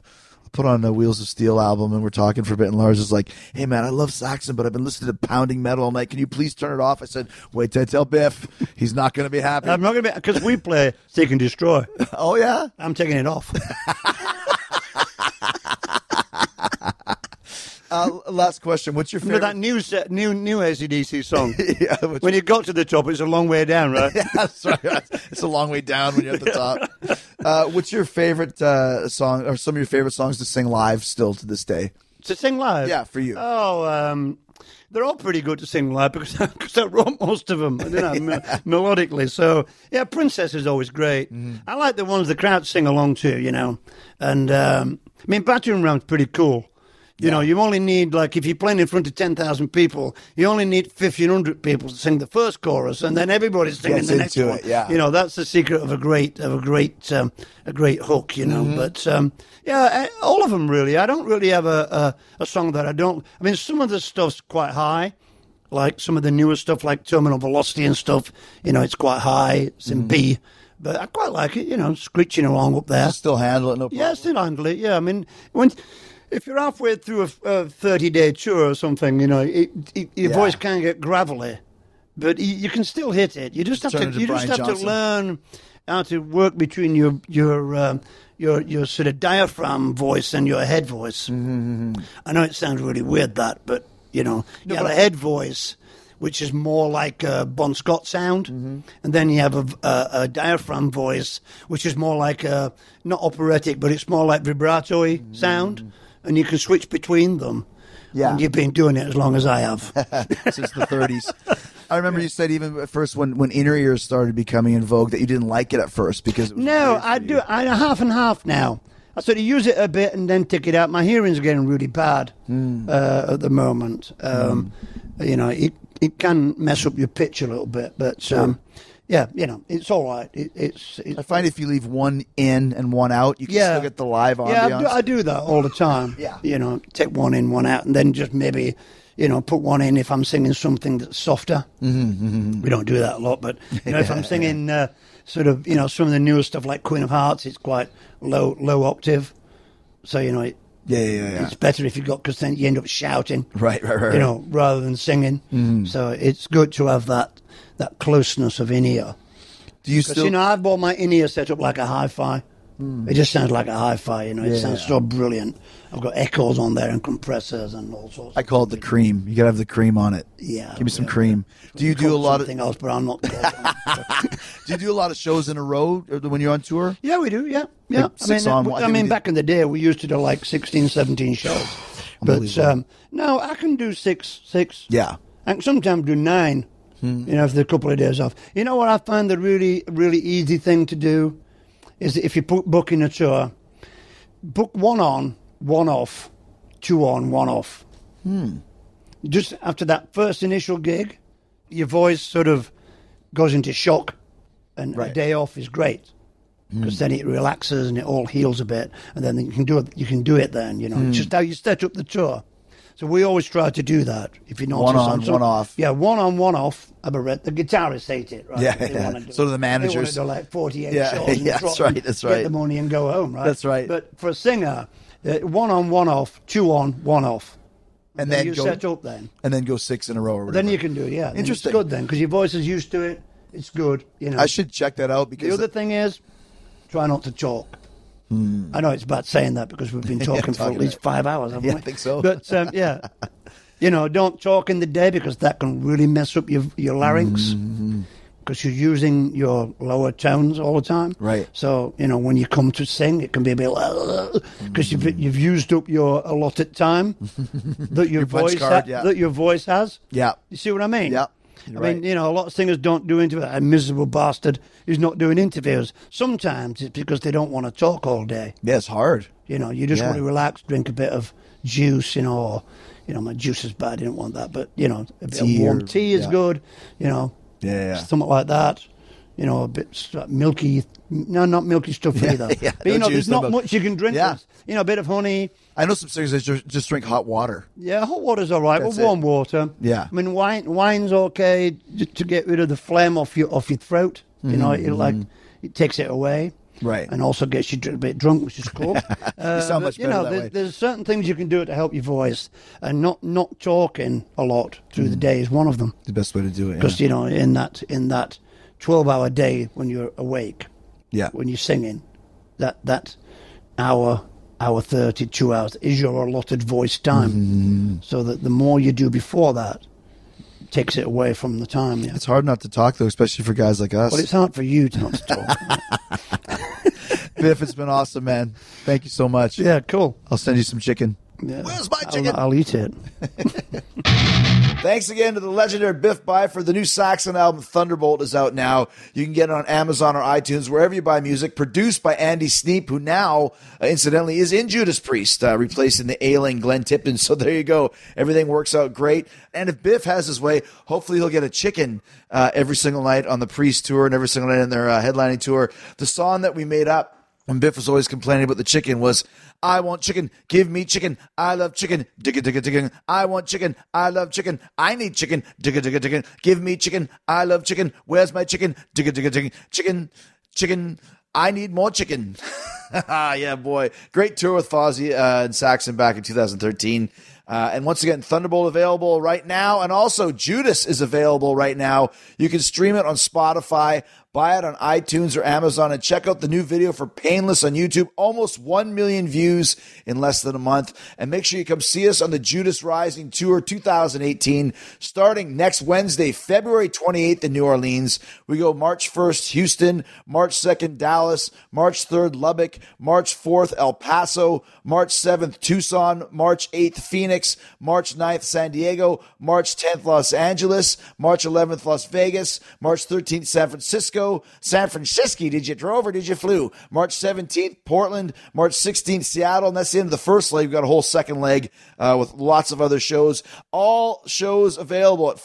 Speaker 2: Put on a Wheels of Steel album, and we're talking for a bit. And Lars is like, "Hey man, I love Saxon, but I've been listening to pounding metal. I'm like, can you please turn it off?" I said, "Wait till I tell Biff. He's not going to be happy."
Speaker 3: I'm not going to be because we play Seek and Destroy.
Speaker 2: oh yeah,
Speaker 3: I'm taking it off.
Speaker 2: uh, last question. What's your
Speaker 3: Remember
Speaker 2: favorite?
Speaker 3: that new set, new new ACDC song?
Speaker 2: yeah, what's-
Speaker 3: When you got to the top, it's a long way down, right?
Speaker 2: That's right. It's a long way down when you're at the top. Uh, what's your favorite uh, song, or some of your favorite songs to sing live still to this day? Uh,
Speaker 3: to sing live.
Speaker 2: Yeah, for you.
Speaker 3: Oh, um, they're all pretty good to sing live because cause I wrote most of them, you know, me- melodically. So yeah, Princess is always great.
Speaker 2: Mm-hmm.
Speaker 3: I like the ones the crowd sing along to, you know. And um, I mean, battering ram's pretty cool. You know, you only need like if you're playing in front of ten thousand people, you only need fifteen hundred people to sing the first chorus, and then everybody's singing
Speaker 2: Gets
Speaker 3: the next
Speaker 2: into
Speaker 3: one.
Speaker 2: it, yeah.
Speaker 3: You know, that's the secret of a great of a great um, a great hook. You know, but um, yeah, I, all of them really. I don't really have a, a a song that I don't. I mean, some of the stuff's quite high. Like some of the newer stuff, like Terminal Velocity and stuff, you know, it's quite high. It's in B, but I quite like it. You know, screeching along up there.
Speaker 2: Still handle it, no problem.
Speaker 3: Yeah, still handle it. Yeah, I mean, when if you're halfway through a, a 30 day tour or something, you know, it, it, your
Speaker 2: Yeah.
Speaker 3: voice can get gravelly, but you, you can still hit it. You just have
Speaker 2: Turn
Speaker 3: to
Speaker 2: into
Speaker 3: you just
Speaker 2: Brian
Speaker 3: have
Speaker 2: Johnson.
Speaker 3: to learn how to work between your your um, your your sort of diaphragm voice and your head
Speaker 2: Mm.
Speaker 3: voice. I know it sounds really weird that, but you know, you have a head voice. Which is more like a Bon Scott sound, and then you have a, a, a diaphragm voice, which is more like a not operatic, but it's more like vibrato-y sound, and you can switch between them.
Speaker 2: Yeah.
Speaker 3: and you've been doing it as long as I have.
Speaker 2: Since the 30s. I remember you said even at first when, when inner ears started becoming in vogue that you didn't like it at first because it was
Speaker 3: No,
Speaker 2: weird for
Speaker 3: I
Speaker 2: you.
Speaker 3: do. I half and half now. I sort of use it a bit and then take it
Speaker 2: Hmm.
Speaker 3: out. My hearing's getting really bad uh, at the moment. Um, You know, it, it can mess up your pitch a little bit. But um, yeah, you know, it's all right. It, it's,
Speaker 4: I
Speaker 3: it's
Speaker 4: find if you leave one in and one out, you can
Speaker 3: Yeah.
Speaker 4: still get the live ambiance.
Speaker 3: yeah, I do, I do that all the time.
Speaker 4: Yeah.
Speaker 3: you know, take one in, one out, and then just maybe. You know, put one in if I'm singing something that's softer. Mm-hmm. We don't do that a lot, but you know, if I'm singing uh, sort of, you know, some of the newer stuff like Queen of Hearts, it's quite low, low octave. So you know, it,
Speaker 4: yeah, yeah, yeah.
Speaker 3: it's better if you got because then you end up shouting,
Speaker 4: Right, right, right.
Speaker 3: you know, rather than singing. So it's good to have that that closeness of in ear.
Speaker 4: do you
Speaker 3: Because
Speaker 4: still? Hmm.
Speaker 3: you know, I've bought my in ear set up like a hi-fi. It just sounds like a hi-fi. You know, it sounds so brilliant. I've got echoes on there and compressors and all sorts.
Speaker 4: I call it the cream. You gotta have the cream on it.
Speaker 3: Yeah,
Speaker 4: Give me some
Speaker 3: yeah.
Speaker 4: cream. Do you do a lot of?
Speaker 3: something else, but I'm not.
Speaker 4: Do you do a lot of shows in a row or when you're on tour?
Speaker 3: yeah, we do. Yeah, yeah.
Speaker 4: Like
Speaker 3: I mean,
Speaker 4: six on-
Speaker 3: uh,
Speaker 4: I
Speaker 3: I,
Speaker 4: think we
Speaker 3: mean,
Speaker 4: did-
Speaker 3: back in the day, we used to do like 16, 17 shows. but
Speaker 4: Unbelievable.
Speaker 3: um, no, I can do six, six.
Speaker 4: Yeah. Hmm.
Speaker 3: I can sometimes do nine. You know, if there's a couple of days off. You know what I find the really, really easy thing to do is if you book booking a tour, book one on, one off, two on, one off. Hmm. Just after that first initial gig, your voice sort of goes into shock, and
Speaker 4: Right. Hmm.
Speaker 3: a day off is great because then it relaxes and it all heals a bit, and then you can do it. You can do it then, you know.
Speaker 4: Hmm.
Speaker 3: It's just how you set up the tour. So we always try to do that. If you notice,
Speaker 4: One on,
Speaker 3: some-
Speaker 4: one off.
Speaker 3: Yeah, one on, one off. I bet the guitarists hate it, right?
Speaker 4: Yeah,
Speaker 3: They
Speaker 4: yeah.
Speaker 3: wanna do-
Speaker 4: So do the managers.
Speaker 3: They want to do like forty-eight
Speaker 4: Yeah,
Speaker 3: shows. And
Speaker 4: yeah,
Speaker 3: trot
Speaker 4: that's right,
Speaker 3: and
Speaker 4: that's
Speaker 3: Get
Speaker 4: right.
Speaker 3: the money and go home, right?
Speaker 4: That's right.
Speaker 3: But for a singer, uh, one on, one off, two on, one off,
Speaker 4: And
Speaker 3: Then
Speaker 4: then
Speaker 3: you
Speaker 4: go
Speaker 3: set up then.
Speaker 4: and then go six in a row or whatever.
Speaker 3: Then you can do it. Yeah, then
Speaker 4: Interesting.
Speaker 3: It's good then because your voice is used to it. It's good. You know,
Speaker 4: I should check that out
Speaker 3: the
Speaker 4: because
Speaker 3: other thing is, try not to talk.
Speaker 4: Hmm.
Speaker 3: I know it's bad saying that because we've been talking for
Speaker 4: talking
Speaker 3: at least
Speaker 4: about-
Speaker 3: five hours, haven't
Speaker 4: Yeah, I
Speaker 3: we?
Speaker 4: think so.
Speaker 3: But um, yeah, you know, don't talk in the day because that can really mess up your your larynx
Speaker 4: Mm-hmm.
Speaker 3: because you're using your lower tones all the time.
Speaker 4: Right.
Speaker 3: So you know, when you come to sing, it can be a bit because you've you've used up your allotted time that your,
Speaker 4: punch
Speaker 3: voice
Speaker 4: card,
Speaker 3: ha-
Speaker 4: yeah.
Speaker 3: that your voice has.
Speaker 4: Yeah.
Speaker 3: You see what I mean?
Speaker 4: Yeah,
Speaker 3: I
Speaker 4: you're right.
Speaker 3: mean, you know, a lot of singers don't do interviews. A miserable bastard who's not doing interviews. Sometimes it's because they don't want to talk all day.
Speaker 4: yeah, it's hard.
Speaker 3: You know, you just
Speaker 4: Yeah.
Speaker 3: want to relax, drink a bit of juice, you know, or, you know, my juice is bad. I didn't want that. But, you know, a bit
Speaker 4: Tea
Speaker 3: of warm
Speaker 4: or-
Speaker 3: tea is
Speaker 4: yeah.
Speaker 3: good, you know,
Speaker 4: Yeah, yeah, yeah.
Speaker 3: something like that. You know, a bit s- milky. No, not milky stuff either.
Speaker 4: yeah,
Speaker 3: but, you
Speaker 4: don't
Speaker 3: know,
Speaker 4: use
Speaker 3: there's
Speaker 4: the
Speaker 3: not
Speaker 4: milk.
Speaker 3: much you can drink.
Speaker 4: Yeah.
Speaker 3: with- You know, a bit of honey,
Speaker 4: I know some singers that just, just drink hot water.
Speaker 3: yeah, hot water's all right.
Speaker 4: That's
Speaker 3: well, warm
Speaker 4: it.
Speaker 3: water.
Speaker 4: Yeah.
Speaker 3: I mean, wine wine's okay j- to get rid of the phlegm off your off your throat. You know, it like it takes it away.
Speaker 4: Mm-hmm. Right.
Speaker 3: And also gets you dr- a bit drunk, which is cool. Uh,
Speaker 4: sound much
Speaker 3: you
Speaker 4: better
Speaker 3: know,
Speaker 4: that
Speaker 3: there's,
Speaker 4: way.
Speaker 3: there's certain things you can do to help your voice, and not not talking a lot through
Speaker 4: Mm.
Speaker 3: the day is one of them.
Speaker 4: The best way to do it.
Speaker 3: Because you know, in that in that twelve hour day when you're awake,
Speaker 4: Yeah. yeah.
Speaker 3: when you're singing, that that hour, hour thirty, two hours is your allotted voice time. So that the more you do before that, takes it away from the time. Yeah.
Speaker 4: It's hard not to talk though, especially for guys like us.
Speaker 3: Well, it's hard for you to not talk.
Speaker 4: Biff, it's been awesome, man. Thank you so much.
Speaker 3: yeah, cool.
Speaker 4: I'll send you some chicken.
Speaker 3: Yeah.
Speaker 2: Where's my
Speaker 3: I'll-
Speaker 2: chicken?
Speaker 3: I'll eat it.
Speaker 2: Thanks again to the legendary Biff Byford. The new saxophone album Thunderbolt is out now. You can get it on Amazon or iTunes, wherever you buy music. Produced by Andy Sneap, who now, uh, incidentally, is in Judas Priest, uh, replacing the ailing Glenn Tipton. So there you go. Everything works out great. And if Biff has his way, hopefully he'll get a chicken uh, every single night on the Priest tour and every single night in their uh, headlining tour. The song that we made up when Biff was always complaining about the chicken was, I want chicken, give me chicken, I love chicken, digga digga digga, I want chicken, I love chicken, I need chicken, digga digga digga, give me chicken, I love chicken, where's my chicken, digga digga digga, chicken, chicken, I need more chicken. Ah, yeah, boy. Great tour with Fozzy uh, and Saxon back in 2013. Uh, and once again, Thunderbolt available right now. And also, Judas is available right now. You can stream it on Spotify, buy it on iTunes or Amazon, and check out the new video for Painless on YouTube. Almost 1 million views in less than a month. And make sure you come see us on the Judas Rising Tour 2018, starting next Wednesday, February 28th in New Orleans. We go March 1st, Houston, March 2nd, Dallas, March 3rd, Lubbock, March 4th, El Paso, March 7th, Tucson, March 8th, Phoenix. 6, March 9th, San Diego, March 10th, Los Angeles, March 11th, Las Vegas, March 13th, San Francisco, San Francisco, did you drove or did you flew? March 17th, Portland, March 16th, Seattle, and that's the end of the first leg. We've got a whole second leg uh, with lots of other shows. All shows available at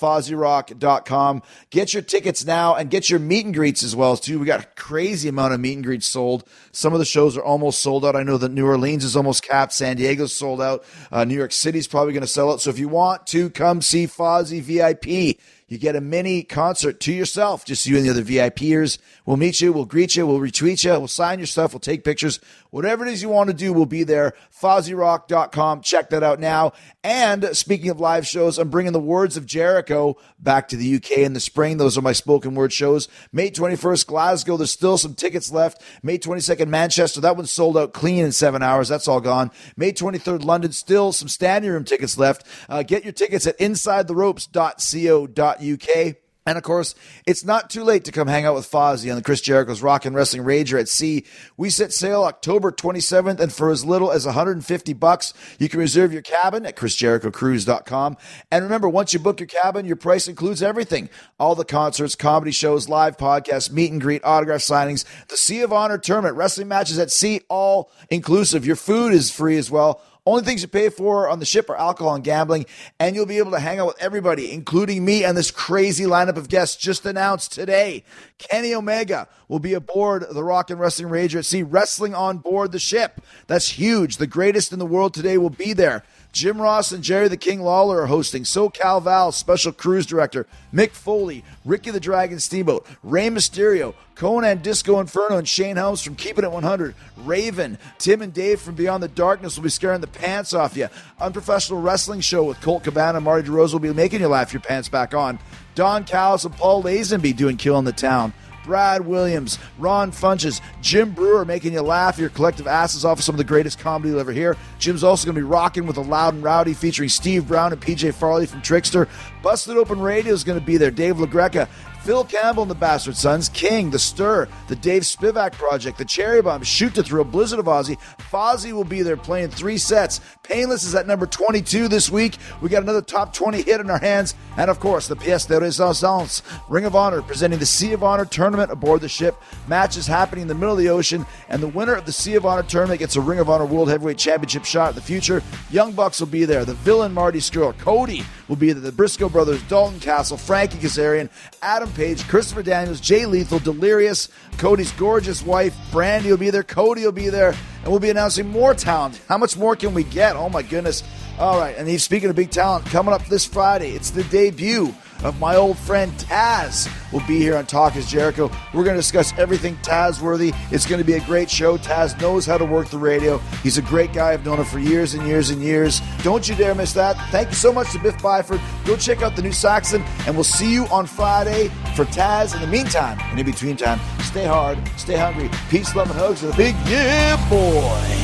Speaker 2: FozzyRock.com. Get your tickets now and get your meet and greets as well, too. We got a crazy amount of meet and greets sold. Some of the shows are almost sold out. I know that New Orleans is almost capped. San Diego's sold out. Uh, New York City's probably going to sell out. So if you want to come see Fozzy VIP, you get a mini concert to yourself, just you and the other VIPers. We'll meet you, we'll greet you, we'll retweet you, we'll sign your stuff, we'll take pictures. Whatever it is you want to do, we'll be there. FozzyRock.com. Check that out now. And speaking of live shows, I'm bringing the words of Jericho back to the UK in the spring. Those are my spoken word shows. May 21st, Glasgow. There's still some tickets left. May 22nd, Manchester. That one sold out clean in seven hours. That's all gone. May 23rd, London. Still some standing room tickets left. Uh, get your tickets at insidetheropes.co.uk. UK. And of course, it's not too late to come hang out with Fozzy on the Chris Jericho's Rock and Wrestling Rager at Sea. We set sail October 27th, and for as little as 150 bucks, you can reserve your cabin at chrisjerichocruise.com. And remember, once you book your cabin, your price includes everything: all the concerts, comedy shows, live podcasts, meet and greet, autograph signings, the Sea of Honor tournament, wrestling matches at sea, all inclusive. Your food is free as well. Only things you pay for on the ship are alcohol and gambling, and you'll be able to hang out with everybody, including me and this crazy lineup of guests just announced today. Kenny Omega will be aboard the Rock and Wrestling Rager at Sea, wrestling on board the ship. That's huge. The greatest in the world today will be there. Jim Ross and Jerry the King Lawler are hosting. SoCal Val, special cruise director, Mick Foley, Ricky the Dragon Steamboat, Rey Mysterio, Conan Disco Inferno, and Shane Helms from Keeping It 100, Raven, Tim and Dave from Beyond the Darkness will be scaring the pants off you. Unprofessional Wrestling Show with Colt Cabana and Marty DeRose will be making you laugh your pants back on. Don Callis and Paul Lazenby doing Killing the Town. Brad Williams, Ron Funches, Jim Brewer making you laugh your collective asses off of some of the greatest comedy you'll ever hear. Jim's also going to be rocking with a loud and rowdy featuring Steve Brown and PJ Farley from Trickster. Busted Open Radio is going to be there. Dave LaGreca, Phil Campbell and the Bastard Sons, King, The Stir, The Dave Spivak Project, The Cherry Bomb, Shoot to Thrill, Blizzard of Ozzy. Fozzy will be there playing three sets. Painless is at number 22 this week. We got another top 20 hit in our hands. And of course, the Pièce de Résistance, Ring of Honor, presenting the Sea of Honor tournament aboard the ship. Matches happening in the middle of the ocean. And the winner of the Sea of Honor tournament gets a Ring of Honor World Heavyweight Championship shot in the future. Young Bucks will be there. The villain Marty Skrull, Cody will be there. The Briscoe brothers, Dalton Castle, Frankie Kazarian, Adam Page, Christopher Daniels, Jay Lethal, Delirious, Cody's gorgeous wife, Brandy will be there, Cody will be there, and we'll be announcing more talent. How much more can we get? Oh my goodness. All right, and Eve, speaking of big talent, coming up this Friday, it's the debut of my old friend Taz will be here on Talk is Jericho. We're going to discuss everything Taz worthy. It's going to be a great show. Taz knows how to work the radio. He's a great guy. I've known him for years and years and years. Don't you dare miss that. Thank you so much to Biff Byford. Go check out the new Saxon, and we'll see you on Friday for Taz. In the meantime, and in between time, stay hard, stay hungry. Peace, love, and hugs to the big yeah boy.